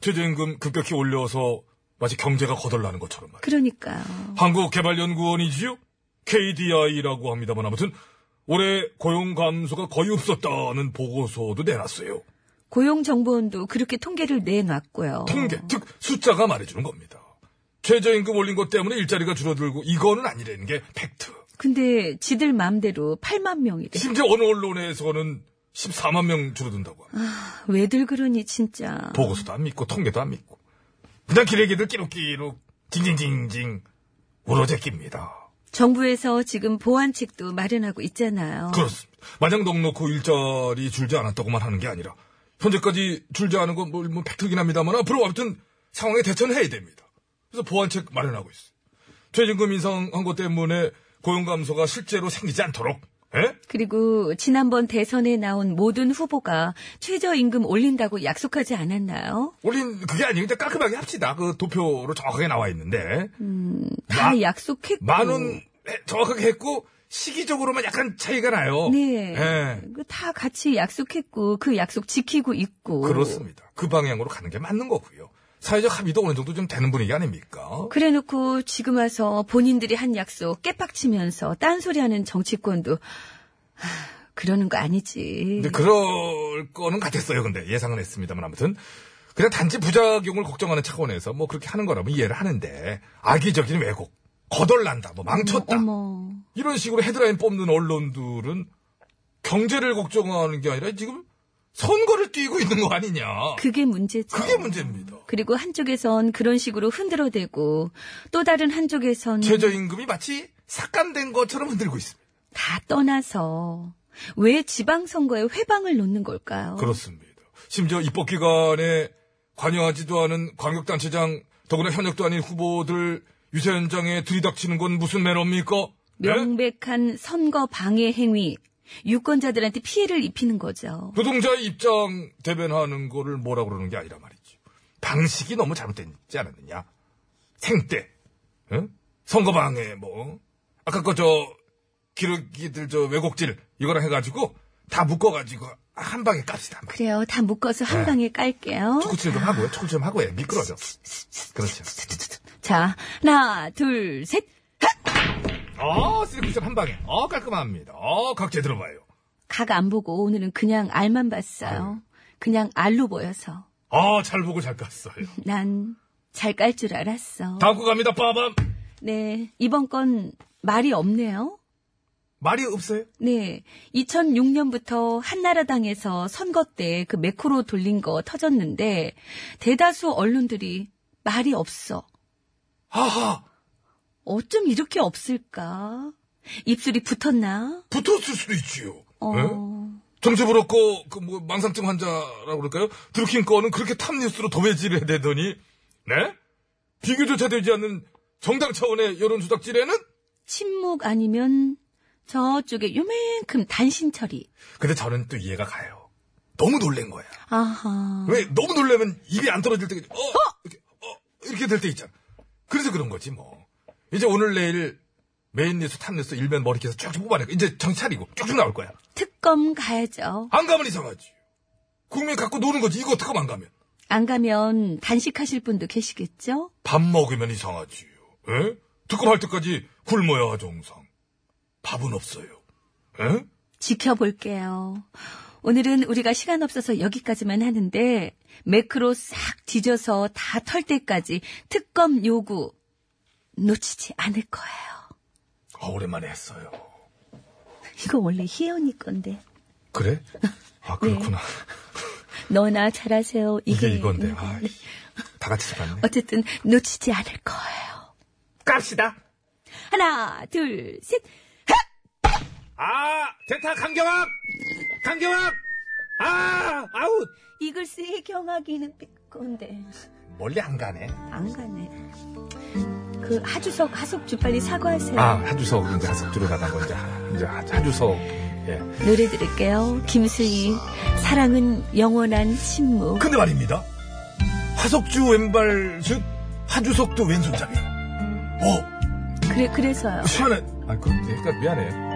Speaker 1: 최저임금 급격히 올려서 마치 경제가 거덜나는 것처럼 말이죠.
Speaker 3: 그러니까요.
Speaker 1: 한국개발연구원이지요? KDI라고 합니다만 아무튼 올해 고용 감소가 거의 없었다는 보고서도 내놨어요.
Speaker 3: 고용정보원도 그렇게 통계를 내놨고요.
Speaker 1: 통계, 즉 숫자가 말해주는 겁니다. 최저임금 올린 것 때문에 일자리가 줄어들고 이거는 아니라는 게 팩트.
Speaker 3: 근데 지들 맘대로 8만 명이래.
Speaker 1: 심지어 어느 언론에서는 14만 명 줄어든다고 합니다.
Speaker 3: 왜들 그러니 진짜.
Speaker 1: 보고서도 안 믿고 통계도 안 믿고 그냥 기레기들 끼룩끼룩 징징징징 우러제깁니다.
Speaker 3: 정부에서 지금 보완책도 마련하고 있잖아요.
Speaker 1: 그렇습니다. 마냥 넉 놓고 일자리 줄지 않았다고만 하는 게 아니라 현재까지 줄지 않은 건 뭐, 뭐 팩트긴 합니다만 앞으로 아무튼 상황에 대처는 해야 됩니다. 그래서 보완책 마련하고 있어요. 최저임금 인상한 것 때문에 고용 감소가 실제로 생기지 않도록 예?
Speaker 3: 그리고 지난번 대선에 나온 모든 후보가 최저임금 올린다고 약속하지 않았나요?
Speaker 1: 올린 그게 아니고 일단 깔끔하게 합시다. 그 도표로 정확하게 나와 있는데
Speaker 3: 다
Speaker 1: 마-
Speaker 3: 약속했고.
Speaker 1: 만원 정확하게 했고 시기적으로만 약간 차이가 나요.
Speaker 3: 네.
Speaker 1: 예.
Speaker 3: 그다 같이 약속했고 그 약속 지키고 있고.
Speaker 1: 그렇습니다. 그 방향으로 가는 게 맞는 거고요. 사회적 합의도 어느 정도 좀 되는 분위기 아닙니까?
Speaker 3: 그래놓고 지금 와서 본인들이 한 약속 깨빡치면서 딴소리하는 정치권도 하, 그러는 거 아니지.
Speaker 1: 근데 그럴 거는 같았어요. 근데 예상은 했습니다만 아무튼 그냥 단지 부작용을 걱정하는 차원에서 뭐 그렇게 하는 거라면 이해를 하는데 악의적인 왜곡, 거덜난다, 뭐 망쳤다
Speaker 3: 어머.
Speaker 1: 이런 식으로 헤드라인 뽑는 언론들은 경제를 걱정하는 게 아니라 지금 선거를 뛰고 있는 거 아니냐?
Speaker 3: 그게 문제죠.
Speaker 1: 그게 뭐- 문제입니다.
Speaker 3: 그리고 한쪽에선 그런 식으로 흔들어대고 또 다른 한쪽에선
Speaker 1: 최저임금이 마치 삭감된 것처럼 흔들고 있습니다.
Speaker 3: 다 떠나서 왜 지방선거에 회방을 놓는 걸까요?
Speaker 1: 그렇습니다. 심지어 입법 기관에 관여하지도 않은 광역단체장 더구나 현역도 아닌 후보들 유세 현장에 들이닥치는 건 무슨 매너입니까? 예?
Speaker 3: 명백한 선거 방해 행위, 유권자들한테 피해를 입히는 거죠.
Speaker 1: 노동자의 입장 대변하는 거를 뭐라 그러는 게 아니라 말이지. 방식이 너무 잘못됐지 않았느냐? 생때, 응? 선거방해 뭐 아까 거 저 기러기들 저 왜곡질 이거랑 해가지고 다 묶어가지고 한 방에 깝시다. 한 방에.
Speaker 3: 그래요. 다 묶어서 한 방에 깔게요.
Speaker 1: 초코칠 좀 하고요. 초코칠 좀 하고요. 미끄러져. 그렇죠.
Speaker 3: 자, 하나, 둘, 셋.
Speaker 1: 어, 쓰리쿠션 한 방에. 어, 깔끔합니다. 어, 각제 들어봐요.
Speaker 3: 각 안 보고 오늘은 그냥 알만 봤어요. 그냥 알로 보여서.
Speaker 1: 어, 잘 보고 잘 깠어요.
Speaker 3: 난 잘 깔 줄 알았어.
Speaker 1: 다음 거 갑니다, 빠밤.
Speaker 3: 네, 이번 건 말이 없네요.
Speaker 1: 말이 없어요?
Speaker 3: 네, 2006년부터 한나라당에서 선거 때 그 매크로 돌린 거 터졌는데 대다수 언론들이 말이 없어.
Speaker 1: 하하,
Speaker 3: 어쩜 이렇게 없을까? 입술이 붙었나?
Speaker 1: 붙었을 수도 있지요.
Speaker 3: 어,
Speaker 1: 예? 정체불었고, 그, 뭐, 망상증 환자라고 그럴까요? 드루킹 거는 그렇게 탑뉴스로 도배질을 해대더니, 네? 비교조차 되지 않는 정당 차원의 여론조작질에는?
Speaker 3: 침묵 아니면 저쪽에 요만큼 단신 처리.
Speaker 1: 근데 저는 또 이해가 가요. 너무 놀란 거야.
Speaker 3: 아하.
Speaker 1: 음. 왜, 너무 놀라면 입이 안 떨어질 때까지, 어? 이렇게, 어? 이렇게 이렇게 될 때 있잖아. 그래서 그런 거지 뭐. 이제 오늘 내일 메인 뉴스, 탑 뉴스, 일면 머리 캐서 쭉쭉 뽑아내고 이제 정신 차리고 쭉쭉 나올 거야.
Speaker 3: 특검 가야죠.
Speaker 1: 안 가면 이상하지. 국민 갖고 노는 거지. 이거 특검 안 가면.
Speaker 3: 안 가면 단식하실 분도 계시겠죠?
Speaker 1: 밥 먹으면 이상하지. 예? 특검 할 때까지 굶어야 정상. 밥은 없어요. 예?
Speaker 3: 지켜볼게요. 오늘은 우리가 시간 없어서 여기까지만 하는데 매크로 싹 뒤져서 다 털 때까지 특검 요구 놓치지 않을 거예요.
Speaker 1: 아, 오랜만에 했어요.
Speaker 3: 이거 원래 희연이 건데
Speaker 1: 그래? 아 그렇구나.
Speaker 3: 네. 너나 잘하세요. 이게,
Speaker 1: 이게 이건데.
Speaker 3: 음,
Speaker 1: 아, 씨. 다 같이 잡았네.
Speaker 3: 어쨌든 놓치지 않을 거예요.
Speaker 1: 갑시다.
Speaker 3: 하나, 둘, 셋.
Speaker 1: 아, 대타 강경합! 강경합! 아, 아웃!
Speaker 3: 이글스의 경악이는 건데
Speaker 1: 멀리 안 가네.
Speaker 3: 안 가네. 그 하주석 하석주 빨리 사과하세요.
Speaker 11: 아, 하주석, 이제 하석주로 나간 거, 이제. 하- 이제 하- 하주석. 예.
Speaker 3: 노래 들을게요. 김수희 사랑은 영원한 침묵.
Speaker 1: 근데 말입니다. 화석주 왼발슛, 하주석도 왼손잡이. 어,
Speaker 3: 그래 그래서요.
Speaker 1: 시원해.
Speaker 11: 아, 그, 그러니까 미안해.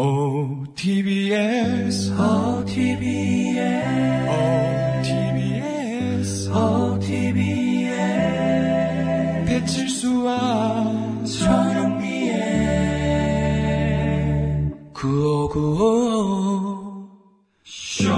Speaker 6: O 어, TBS,
Speaker 1: 어,
Speaker 6: O TBS, O TBS,
Speaker 1: 어,
Speaker 6: O TBS. 배칠수와 전영미의 구호구호 쇼.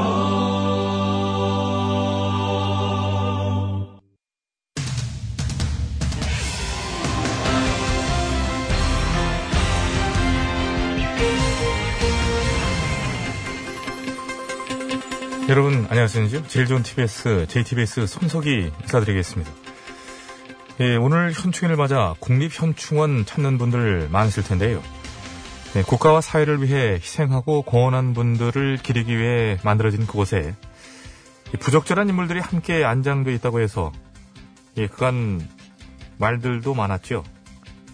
Speaker 11: 여러분 안녕하세요. 제일 좋은 TBS, JTBS 손석희 인사드리겠습니다. 예, 오늘 현충일을 맞아 국립현충원 찾는 분들 많으실 텐데요. 예, 국가와 사회를 위해 희생하고 공헌한 분들을 기리기 위해 만들어진 그곳에 이 부적절한 인물들이 함께 안장돼 있다고 해서 예, 그간 말들도 많았죠.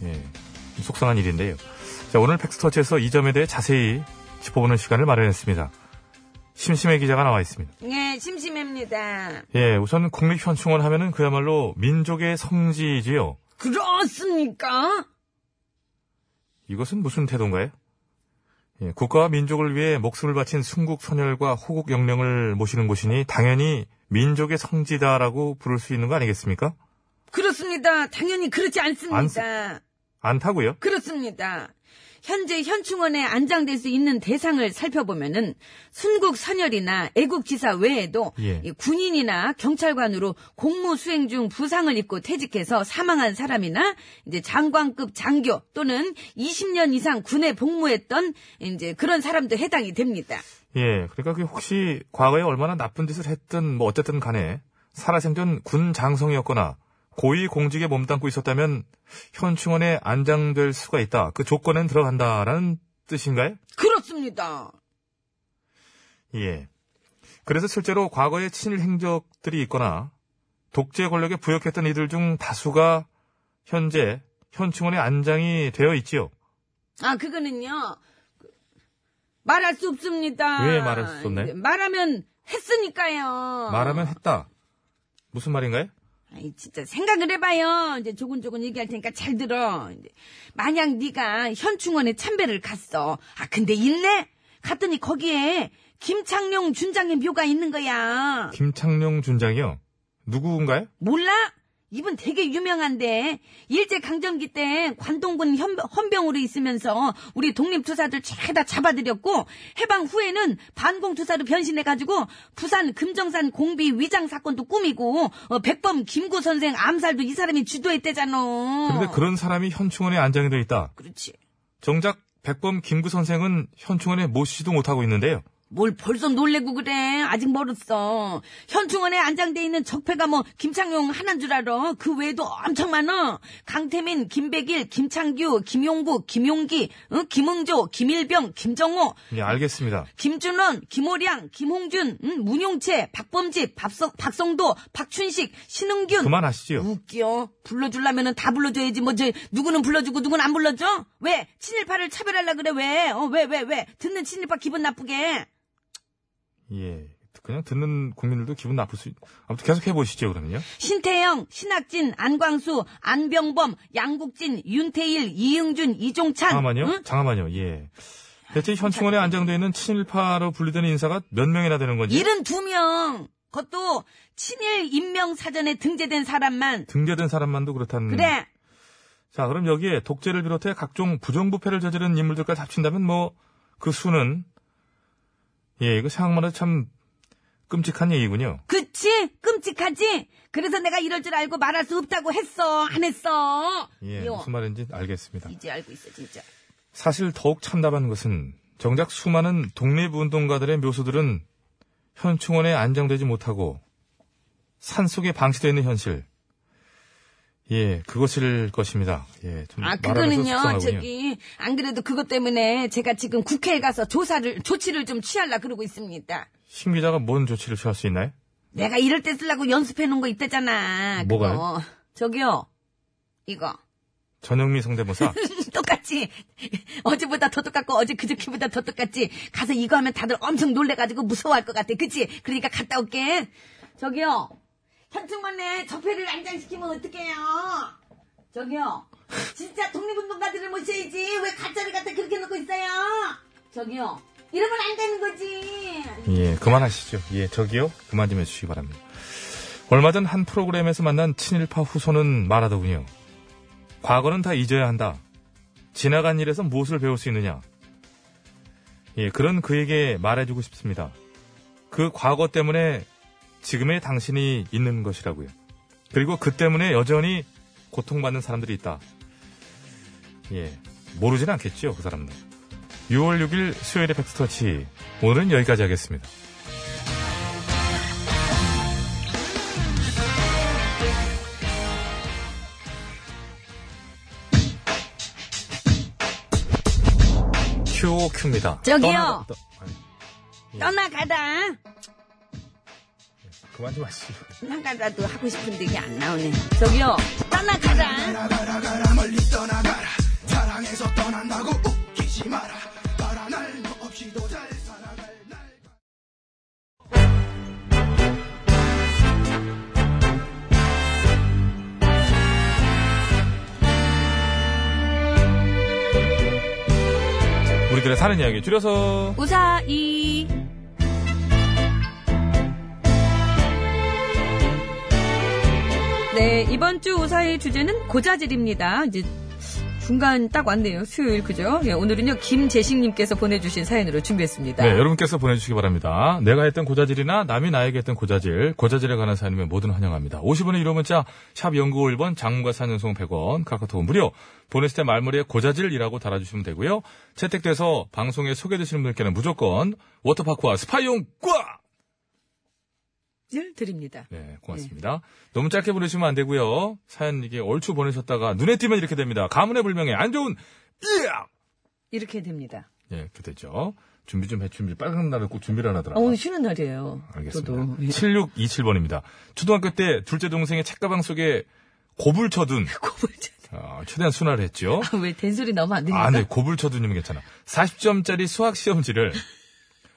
Speaker 11: 예, 좀 속상한 일인데요. 자, 오늘 팩스터치에서 이 점에 대해 자세히 짚어보는 시간을 마련했습니다. 심심해 기자가 나와 있습니다.
Speaker 9: 예, 심심합니다.
Speaker 11: 예, 우선 국립현충원 하면은 그야말로 민족의 성지이지요.
Speaker 9: 그렇습니까?
Speaker 11: 이것은 무슨 태도인가요? 예, 국가와 민족을 위해 목숨을 바친 순국 선열과 호국 영령을 모시는 곳이니 당연히 민족의 성지다라고 부를 수 있는 거 아니겠습니까?
Speaker 9: 그렇습니다. 당연히 그렇지
Speaker 11: 안
Speaker 9: 않습니다.
Speaker 11: 안타고요.
Speaker 9: 그렇습니다. 현재 현충원에 안장될 수 있는 대상을 살펴보면은 순국 선열이나 애국지사 외에도
Speaker 11: 예.
Speaker 9: 이 군인이나 경찰관으로 공무 수행 중 부상을 입고 퇴직해서 사망한 사람이나 이제 장관급 장교 또는 20년 이상 군에 복무했던 이제 그런 사람도 해당이 됩니다.
Speaker 11: 예, 그러니까 그 혹시 과거에 얼마나 나쁜 짓을 했든 뭐 어쨌든 간에 살아생전 군 장성이었거나 고위 공직에 몸담고 있었다면 현충원에 안장될 수가 있다. 그 조건엔 들어간다라는 뜻인가요?
Speaker 9: 그렇습니다.
Speaker 11: 예. 그래서 실제로 과거에 친일 행적들이 있거나 독재 권력에 부역했던 이들 중 다수가 현재 현충원에 안장이 되어 있지요.
Speaker 9: 아, 그거는요. 그, 말할 수 없습니다.
Speaker 11: 왜 말할 수 없나요?
Speaker 9: 말하면 했으니까요.
Speaker 11: 말하면 했다. 무슨 말인가요?
Speaker 9: 아이 진짜 생각을 해봐요. 이제 조곤조곤 얘기할 테니까 잘 들어. 이제 만약 네가 현충원에 참배를 갔어. 아 근데 있네. 갔더니 거기에 김창룡 준장의 묘가 있는 거야.
Speaker 11: 김창룡 준장이요. 누구인가요?
Speaker 9: 몰라? 이분 되게 유명한데 일제 강점기 때 관동군 현- 헌병으로 있으면서 우리 독립투사들 쫙다 잡아들였고 해방 후에는 반공투사로 변신해가지고 부산 금정산 공비 위장 사건도 꾸미고 어, 백범 김구 선생 암살도 이 사람이 주도했대잖아. 어.
Speaker 11: 그런데 그런 사람이 현충원에 안장이 되어 있다.
Speaker 9: 그렇지.
Speaker 11: 정작 백범 김구 선생은 현충원에 모시지도 못하고 있는데요.
Speaker 9: 뭘 벌써 놀래고 그래. 아직 멀었어. 현충원에 안장돼 있는 적폐가 뭐 김창용 하나인 줄 알아. 그 외에도 엄청 많아. 강태민, 김백일, 김창규, 김용구, 김용기, 응? 김응조, 김일병, 김정호,
Speaker 11: 예, 알겠습니다.
Speaker 9: 김준원, 김호량, 김홍준, 응? 문용채, 박범직, 박성, 박성도, 박춘식, 신흥균.
Speaker 11: 그만하시죠.
Speaker 9: 웃겨. 불러주려면은 다 불러줘야지. 뭐, 저, 누구는 불러주고 누구는 안 불러줘? 왜? 친일파를 차별하려 그래, 왜? 어, 왜, 왜, 왜? 듣는 친일파 기분 나쁘게.
Speaker 11: 예. 그냥 듣는 국민들도 기분 나쁠 수 있... 아무튼 계속 해보시죠, 그러면요.
Speaker 9: 신태영, 신학진, 안광수, 안병범, 양국진, 윤태일, 이응준, 이종찬.
Speaker 11: 잠깐만요.
Speaker 9: 응?
Speaker 11: 잠깐만요. 예. 대체 현충원에 안장되어 있는 친일파로 분류되는 인사가 몇 명이나 되는 건지
Speaker 9: 72명. 그것도 친일 인명 사전에 등재된 사람만.
Speaker 11: 등재된 사람만도 그렇다는
Speaker 9: 그래.
Speaker 11: 자, 그럼 여기에 독재를 비롯해 각종 부정부패를 저지른 인물들까지 합친다면 뭐 그 수는 예, 이거 생각만 해도 참 끔찍한 얘기군요.
Speaker 9: 그치? 끔찍하지? 그래서 내가 이럴 줄 알고 말할 수 없다고 했어. 안 했어.
Speaker 11: 예,
Speaker 9: 이거
Speaker 11: 무슨 말인지 알겠습니다.
Speaker 9: 이제 알고 있어, 진짜.
Speaker 11: 사실 더욱 참담한 것은 정작 수많은 독립운동가들의 묘소들은 현충원에 안정되지 못하고 산속에 방치되어 있는 현실. 예, 그것일 것입니다. 예, 좀
Speaker 9: 아,
Speaker 11: 말하면서
Speaker 9: 그거는요,
Speaker 11: 속상하군요.
Speaker 9: 저기, 안 그래도 그것 때문에 제가 지금 국회에 가서 조사를, 조치를 좀 취하려 그러고 있습니다.
Speaker 11: 신 기자가 뭔 조치를 취할 수 있나요?
Speaker 9: 내가 이럴 때 쓰려고 연습해 놓은 거 있다잖아.
Speaker 11: 뭐가요?
Speaker 9: 그거. 저기요, 이거.
Speaker 11: 전영미 성대모사.
Speaker 9: 똑같이. 어제보다 더 똑같고, 어제 그저께보다 더 똑같지. 가서 이거 하면 다들 엄청 놀래가지고 무서워할 것 같아. 그치? 그러니까 갔다 올게. 저기요, 현충원에 적폐를 안장시키면 어떡해요? 저기요, 진짜 독립운동가들을 모셔야지. 왜 가짜를 갖다 그렇게 놓고 있어요? 저기요, 이러면 안 되는 거지.
Speaker 11: 예, 그만하시죠. 예, 저기요. 그만 좀 해주시기 바랍니다. 얼마 전 한 프로그램에서 만난 친일파 후손은 말하더군요. 과거는 다 잊어야 한다. 지나간 일에서 무엇을 배울 수 있느냐. 예, 그런 그에게 말해주고 싶습니다. 그 과거 때문에 지금의 당신이 있는 것이라고요. 그리고 그 때문에 여전히 고통받는 사람들이 있다. 예, 모르진 않겠죠, 그 사람들. 6월 6일 수요일의 백스터치. 오늘은 여기까지 하겠습니다. 큐오큐입니다.
Speaker 9: 저기요.
Speaker 11: 떠나갔다- 아니, 예.
Speaker 9: 떠나가다.
Speaker 11: 그만 좀 하시죠.
Speaker 9: 나가라도 하고 싶은데 이게 안 나오네. 저기요, 떠나가라.
Speaker 11: 우리들의 사는 이야기 줄여서
Speaker 9: 우사이. 네, 이번 주 우사의 주제는 고자질입니다. 이제 중간 딱 왔네요. 수요일, 그죠? 예, 오늘은요, 김재식님께서 보내주신 사연으로 준비했습니다.
Speaker 11: 네, 여러분께서 보내주시기 바랍니다. 내가 했던 고자질이나 남이 나에게 했던 고자질, 고자질에 관한 사연이면 뭐든 환영합니다. 50원의 1호 문자, 샵 0951번, 장문과 사연송 100원, 카카오톡 무료, 보냈을 때 말머리에 고자질이라고 달아주시면 되고요. 채택돼서 방송에 소개되시는 분께는 무조건 워터파크와 스파이용과!
Speaker 9: 질 드립니다.
Speaker 11: 네, 고맙습니다. 너무 짧게 보내시면 안 되고요. 사연 이게 얼추 보내셨다가 눈에 띄면 이렇게 됩니다. 가문의 불명예, 안 좋은, 이악!
Speaker 9: 이렇게 됩니다.
Speaker 11: 예, 이렇게 되죠. 준비 좀 해, 준비. 빨간 날은 꼭 준비를 안 하더라.
Speaker 9: 아, 오늘 쉬는 날이에요.
Speaker 11: 알겠습니다.
Speaker 9: 저도. 예.
Speaker 11: 7627번입니다. 초등학교 때 둘째 동생의 책가방 속에 곱을 쳐둔,
Speaker 9: 고불 자-
Speaker 11: 아, 최대한 순화를 했죠.
Speaker 9: 아, 왜 된소리 나오면 안 됩니까?
Speaker 11: 아, 네, 곱을 쳐둔이면 괜찮아. 40점짜리 수학시험지를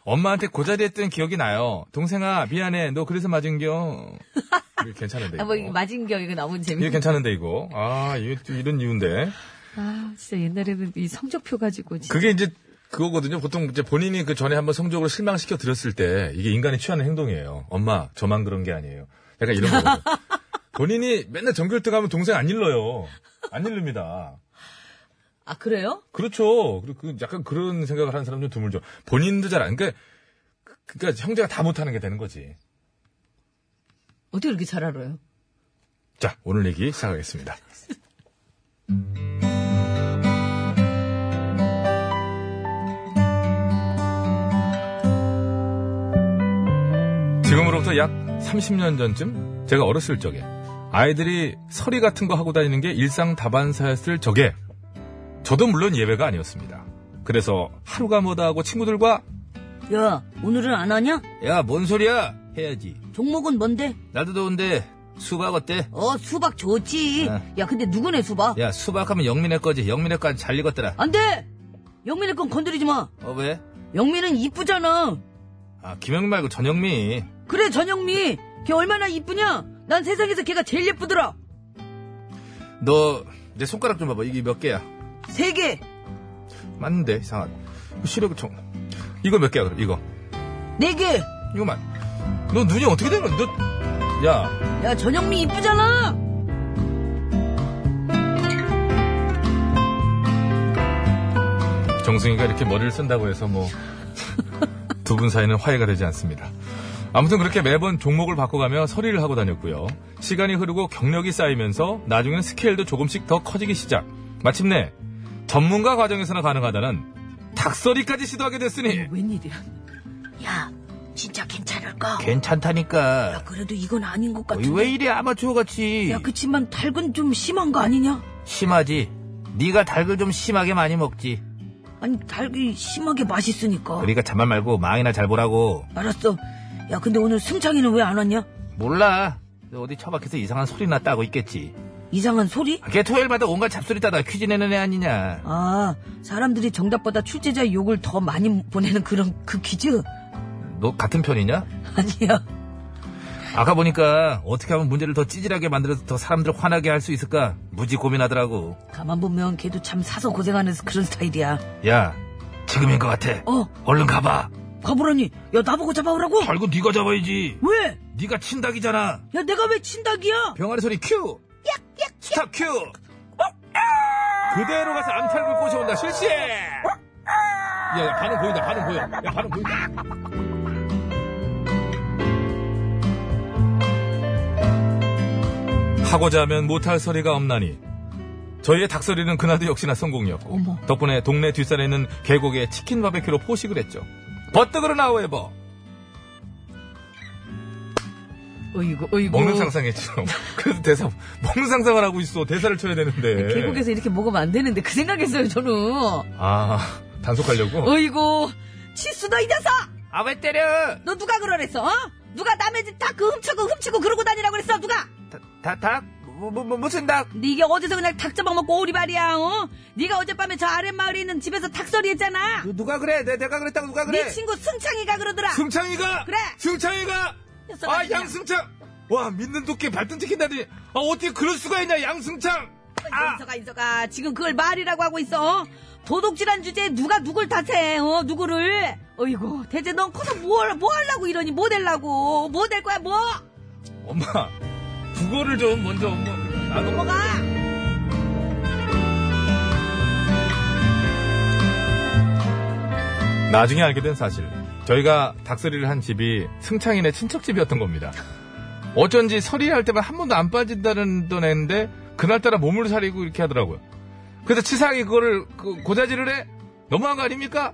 Speaker 11: 엄마한테 고자리 했던 기억이 나요. 동생아, 미안해. 너 그래서 맞은겨. 이게 괜찮은데.
Speaker 9: 아,
Speaker 11: 이거.
Speaker 9: 뭐, 이거 맞은 겨, 이거 나오면
Speaker 11: 이게
Speaker 9: 재밌
Speaker 11: 괜찮은데, 이거. 아, 이게 또 이런 이유인데.
Speaker 9: 아, 진짜 옛날에는 이 성적표 가지고. 진짜.
Speaker 11: 그게 이제 그거거든요. 보통 이제 본인이 그 전에 한번 성적으로 실망시켜 드렸을 때 이게 인간이 취하는 행동이에요. 엄마, 저만 그런 게 아니에요. 약간 이런 거거든요. 본인이 맨날 전교 1등 하면 동생 안 일러요. 안 일릅니다.
Speaker 9: 아, 그래요?
Speaker 11: 그렇죠. 그리고 그 약간 그런 생각을 하는 사람 좀 드물죠. 본인도 잘 안, 그러니까, 그러니까 형제가 다 못하는 게 되는 거지.
Speaker 9: 어떻게 이렇게 잘 알아요?
Speaker 11: 자, 오늘 얘기 시작하겠습니다.
Speaker 1: 지금으로부터 약 30년 전쯤 제가 어렸을 적에 아이들이 서리 같은 거 하고 다니는 게 일상 다반사였을 적에 저도 물론 예외가 아니었습니다. 그래서 하루가 뭐다 하고 친구들과
Speaker 9: 야, 오늘은 안 하냐?
Speaker 4: 야, 뭔 소리야? 해야지.
Speaker 9: 종목은 뭔데?
Speaker 4: 나도 더운데 수박 어때?
Speaker 9: 어, 수박 좋지.
Speaker 4: 네.
Speaker 9: 야, 근데 누구네 수박?
Speaker 4: 야, 수박하면 영민의 거지. 영민의 거지 잘 익었더라.
Speaker 9: 안 돼! 영민의 건 건드리지 마.
Speaker 4: 어, 왜?
Speaker 9: 영민은 이쁘잖아.
Speaker 4: 아, 김영민 말고 전영민.
Speaker 9: 그래, 전영미. 걔 얼마나 이쁘냐? 난 세상에서 걔가 제일 예쁘더라.
Speaker 4: 너 내 손가락 좀 봐봐. 이게 몇 개야?
Speaker 9: 세 개.
Speaker 4: 맞는데 이상하다. 시력 총. 이거 몇 개야 그럼? 이거.
Speaker 9: 네 개.
Speaker 4: 이거만. 너 눈이 어떻게 되는 거야? 너 야.
Speaker 9: 야, 전영미 이쁘잖아.
Speaker 1: 정승이가 이렇게 머리를 쓴다고 해서 뭐 두 분 사이는 화해가 되지 않습니다. 아무튼 그렇게 매번 종목을 바꿔가며 서리를 하고 다녔고요. 시간이 흐르고 경력이 쌓이면서 나중에는 스케일도 조금씩 더 커지기 시작. 마침내 전문가 과정에서나 가능하다는 닭서리까지 시도하게 됐으니
Speaker 9: 웬일이야? 야, 진짜 괜찮을까?
Speaker 4: 괜찮다니까.
Speaker 9: 그래도 이건 아닌 것
Speaker 4: 어이, 왜 이래 아마추어 같이?
Speaker 9: 그치만 닭은 좀 심한 거 아니냐?
Speaker 4: 심하지. 네가 닭을 좀 심하게 많이 먹지.
Speaker 9: 아니, 닭이 심하게 맛있으니까.
Speaker 4: 그러니까 잔말 말고 망이나 잘 보라고.
Speaker 9: 알았어. 야, 근데 오늘 승창이는 왜 안 왔냐?
Speaker 4: 몰라. 너 어디 처박혀서 이상한 소리나 따고 있겠지.
Speaker 9: 이상한 소리?
Speaker 4: 걔 토요일마다 온갖 잡소리 따다 퀴즈 내는 애 아니냐.
Speaker 9: 아, 사람들이 정답보다 출제자의 욕을 더 많이 보내는 그런 그 퀴즈?
Speaker 4: 너 같은 편이냐?
Speaker 9: 아니야.
Speaker 4: 아까 보니까 어떻게 하면 문제를 더 찌질하게 만들어서 더 사람들 화나게 할 수 있을까 무지 고민하더라고.
Speaker 9: 가만 보면 걔도 참 사서 고생하는 그런 스타일이야.
Speaker 4: 야, 지금인 것 같아.
Speaker 9: 어,
Speaker 4: 얼른 가봐.
Speaker 9: 가보라니. 야, 나보고 잡아오라고?
Speaker 4: 달고 네가 잡아야지.
Speaker 9: 왜?
Speaker 4: 네가 친닭이잖아.
Speaker 9: 야, 내가 왜 친닭이야?
Speaker 4: 병아리 소리 큐. 스탑 큐. 어, 아! 그대로 가서 암탈을 꼬셔온다 실시. 야, 야 반응 보인다. 반응 보여. 야 반응 보인다.
Speaker 1: 하고자 하면 못할 소리가 없나니 저희의 닭소리는 그날도 역시나 성공이었고
Speaker 9: 어머.
Speaker 1: 덕분에 동네 뒷산에 있는 계곡에 치킨 바베큐로 포식을 했죠. 버떡으로 나오에버
Speaker 9: 어이구, 어이구.
Speaker 1: 먹는 상상했죠. 그래서 대사 먹는 상상을 하고 있어. 대사를 쳐야 되는데.
Speaker 9: 계곡에서 이렇게 먹으면 안 되는데 그 생각했어요, 저는.
Speaker 1: 아 단속하려고.
Speaker 9: 어이구. 치수다, 이 녀석!
Speaker 4: 아 왜 때려?
Speaker 9: 너 누가 그러랬어, 어? 누가 남의 집 다 그 훔쳐고 훔치고 그러고 다니라고 그랬어, 누가?
Speaker 4: 다닭 뭐, 뭐, 뭐, 무슨 닭?
Speaker 9: 근데 이게 어디서 그냥 닭 잡아먹고 오리발이야, 어? 네가 어젯밤에 저 아랫마을에 있는 집에서 닭소리 했잖아.
Speaker 4: 누- 누가 그래? 내, 내가 그랬다고 누가 그래?
Speaker 9: 네 친구 승창이가
Speaker 1: 아.
Speaker 9: 그러더라.
Speaker 1: 승창이가.
Speaker 9: 그래.
Speaker 1: 승창이가.
Speaker 9: 녀석아,
Speaker 1: 아
Speaker 9: 그냥.
Speaker 1: 양승창. 와 믿는 도끼 발등 찍힌다더니 아 어떻게 그럴 수가 있냐 양승창.
Speaker 9: 아. 인서가 인서가 지금 그걸 말이라고 하고 있어. 어? 도둑질한 주제에 누가 누굴 탓해? 어 누구를? 어이구 대체 넌 커서 뭘, 뭐 하려고 이러니? 뭐 될라고? 뭐 될 거야 뭐?
Speaker 1: 엄마 국어를 좀 먼저 엄마. 나도
Speaker 9: 뭐가?
Speaker 1: 나중에 알게 된 사실. 저희가 닭서리를 한 집이 승창인의 친척집이었던 겁니다. 어쩐지 서리할 때만 한 번도 안 빠진다는 돈 애인데, 그날따라 몸을 사리고 이렇게 하더라고요. 그래서 치사하게 그거를, 그 고자질을 해? 너무한 거 아닙니까?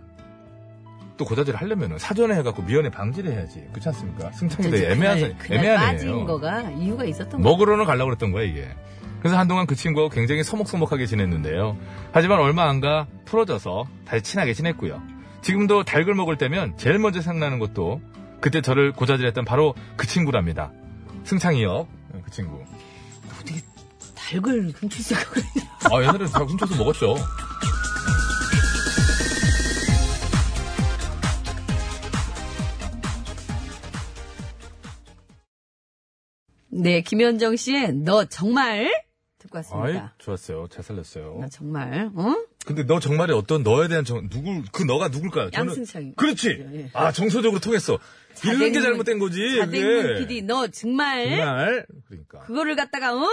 Speaker 1: 또 고자질 하려면은 사전에 해갖고 미연에 방지를 해야지. 그렇지 않습니까? 승창이 되게 애매한, 사- 네, 애매한 애예요.
Speaker 9: 거가 이유가 있었던
Speaker 1: 먹으러는 가려고 그랬던 거야, 이게. 그래서 한동안 그 친구하고 굉장히 서먹서먹하게 지냈는데요. 하지만 얼마 안 가 풀어져서 다시 친하게 지냈고요. 지금도 닭을 먹을 때면 제일 먼저 생각나는 것도 그때 저를 고자질했던 바로 그 친구랍니다. 승창이요. 그 친구.
Speaker 9: 닭을 훔칠 생각을 했나?
Speaker 1: 아, 옛날에 닭 훔쳐서 먹었죠.
Speaker 9: 네 김현정 씨 너 정말 듣고
Speaker 1: 아이,
Speaker 9: 왔습니다.
Speaker 1: 좋았어요. 잘 살렸어요.
Speaker 9: 나 정말 어?
Speaker 1: 근데 너 정말이 어떤 너에 대한 정, 누굴, 그 너가 누굴까요? 저는-
Speaker 9: 양승창이.
Speaker 1: 그렇지!
Speaker 9: 예.
Speaker 1: 아, 정서적으로 통했어. 읽는 게
Speaker 9: 자댕문-
Speaker 1: 잘못된 거지.
Speaker 9: 자댕문
Speaker 1: 그게.
Speaker 9: PD 너 정말,
Speaker 1: 예, 정말. 그러니까.
Speaker 9: 그거를 갖다가 어?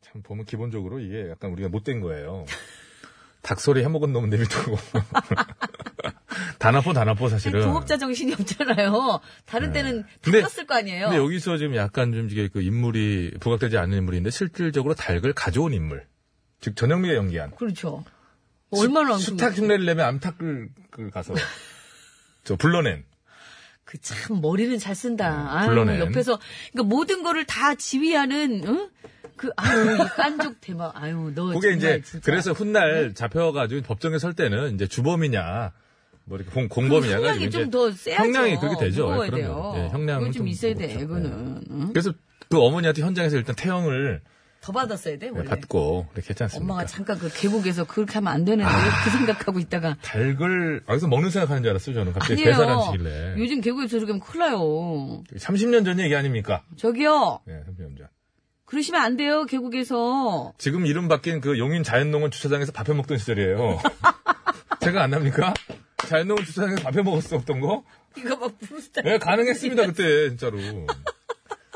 Speaker 1: 참 보면 기본적으로 이게 약간 우리가 못된 거예요. 닭소리 해먹은 놈은 내비두고. 단아포 단아포
Speaker 3: 그
Speaker 1: 사실은.
Speaker 9: 종업자 정신이 없잖아요. 다른 때는 다
Speaker 1: 네. 근데-
Speaker 9: 떴을 거 아니에요.
Speaker 1: 근데 여기서 지금 약간 좀 이게 그 인물이 부각되지 않는 인물인데 실질적으로 닭을 가져온 인물. 즉 전영미가 연기한.
Speaker 9: 그렇죠.
Speaker 3: 어,
Speaker 9: 얼마나 안
Speaker 1: 수탉 흉내를 내면 암탉을 그 가서 저 불러낸.
Speaker 3: 그 참 머리는 잘 쓴다.
Speaker 1: 음, 불러낸.
Speaker 3: 아유, 옆에서 그러니까 모든 거를 다 지휘하는 응? 그 아유 이 깐족 대박. 아유 너
Speaker 1: 그게
Speaker 3: 정말
Speaker 1: 이제
Speaker 3: 진짜. 네?
Speaker 1: 그래서 훗날 잡혀가지고 법정에 설 때는 이제 주범이냐 뭐 이렇게 공, 공범이냐
Speaker 3: 그
Speaker 1: 해가지고
Speaker 3: 형량이
Speaker 1: 이제
Speaker 3: 좀 더 세야죠.
Speaker 1: 형량이 그렇게 되죠.
Speaker 3: 무거워야
Speaker 1: 예, 그럼요.
Speaker 3: 돼요.
Speaker 1: 예, 형량은
Speaker 3: 그건 좀
Speaker 1: 좀 그렇죠.
Speaker 3: 있어야 돼.
Speaker 1: 무겁죠. 예.
Speaker 3: 이거는 응?
Speaker 1: 그래서 그 어머니한테 현장에서 일단 태형을
Speaker 3: 더 받았어야 돼
Speaker 1: 예,
Speaker 3: 원래.
Speaker 1: 받고 이렇게 했지 않습니까?
Speaker 3: 엄마가 잠깐 그 계곡에서 그렇게 하면 안 되는데
Speaker 1: 아.
Speaker 3: 그 생각하고 있다가
Speaker 1: 닭을 여기서 먹는 생각하는 줄 알았어요. 저는 갑자기
Speaker 3: 아니에요.
Speaker 1: 배사를 하시길래
Speaker 3: 요즘 계곡에서 저렇게 하면 큰일 나요.
Speaker 1: 30년 전 얘기 아닙니까?
Speaker 3: 저기요.
Speaker 1: 예, 30년 전.
Speaker 3: 그러시면 안 돼요. 계곡에서.
Speaker 1: 지금 이름 바뀐 그 용인 자연농원 주차장에서 밥해 먹던 시절이에요. 제가 안 납니까? 자연농원 주차장에서 밥해 먹을 수 없던 거?
Speaker 3: 이거 뭐 막 부르다.
Speaker 1: 예, 가능했습니다, 그때, 진짜로.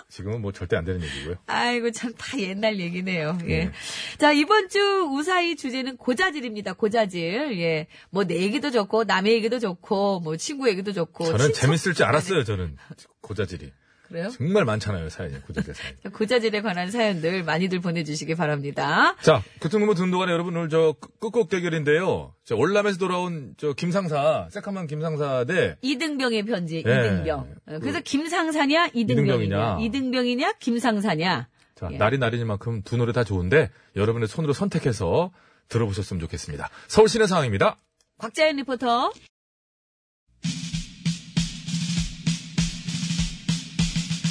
Speaker 1: 지금은 뭐 절대 안 되는 얘기고요.
Speaker 3: 아이고 참 다 옛날 얘기네요. 예.
Speaker 1: 네.
Speaker 3: 자 이번 주 우사히 주제는 고자질입니다. 고자질. 예. 뭐 내 얘기도 좋고 남의 얘기도 좋고 뭐 친구 얘기도 좋고.
Speaker 1: 저는
Speaker 3: 뭐 친척-
Speaker 1: 재밌을 줄 알았어요, 저는. 고자질이.
Speaker 3: 그래요?
Speaker 1: 정말 많잖아요, 사연이, 고자질 사연.
Speaker 3: 고자질에 관한 사연들 많이들 보내주시기 바랍니다.
Speaker 1: 자, 교통정보 듣는 동안에 여러분 오늘 저 끝- 끝곡 대결인데요. 저 올람에서 돌아온 저 김상사, 새카만 김상사 대
Speaker 3: 이등병의 편지
Speaker 1: 예.
Speaker 3: 이등병. 어, 그래서 김상사냐 이등병이냐
Speaker 1: 이등병이냐.
Speaker 3: 이등병이냐 김상사냐.
Speaker 1: 자,
Speaker 3: 예.
Speaker 1: 날이 날이니만큼 두 노래 다 좋은데 여러분의 손으로 선택해서 들어보셨으면 좋겠습니다. 서울 시내 상황입니다.
Speaker 3: 곽자연 리포터.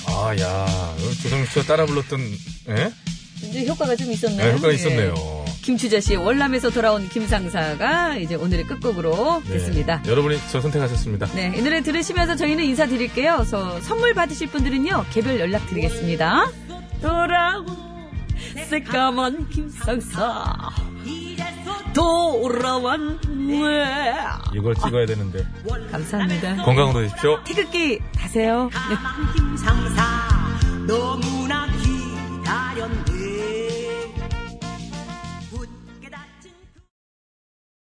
Speaker 1: 아, 야, 조성민 씨가 따라 불렀던 예?
Speaker 3: 이제 효과가 좀 있었나요?
Speaker 1: 네, 효과가
Speaker 3: 예.
Speaker 1: 있었네요.
Speaker 3: 김추자 씨의 월남에서 돌아온 김상사가 이제 오늘의 끝곡으로
Speaker 1: 네,
Speaker 3: 됐습니다.
Speaker 1: 여러분이 저 선택하셨습니다.
Speaker 3: 네, 이 노래 들으시면서 저희는 인사드릴게요. 그래서 선물 받으실 분들은요, 개별 연락드리겠습니다.
Speaker 5: 돌아온
Speaker 3: 새까만 김상사.
Speaker 5: 돌아왔네
Speaker 1: 이걸 찍어야 되는데
Speaker 3: 감사합니다.
Speaker 1: 건강으로 되십시오.
Speaker 3: 태극기 다세요. 네.
Speaker 5: 가만 김상사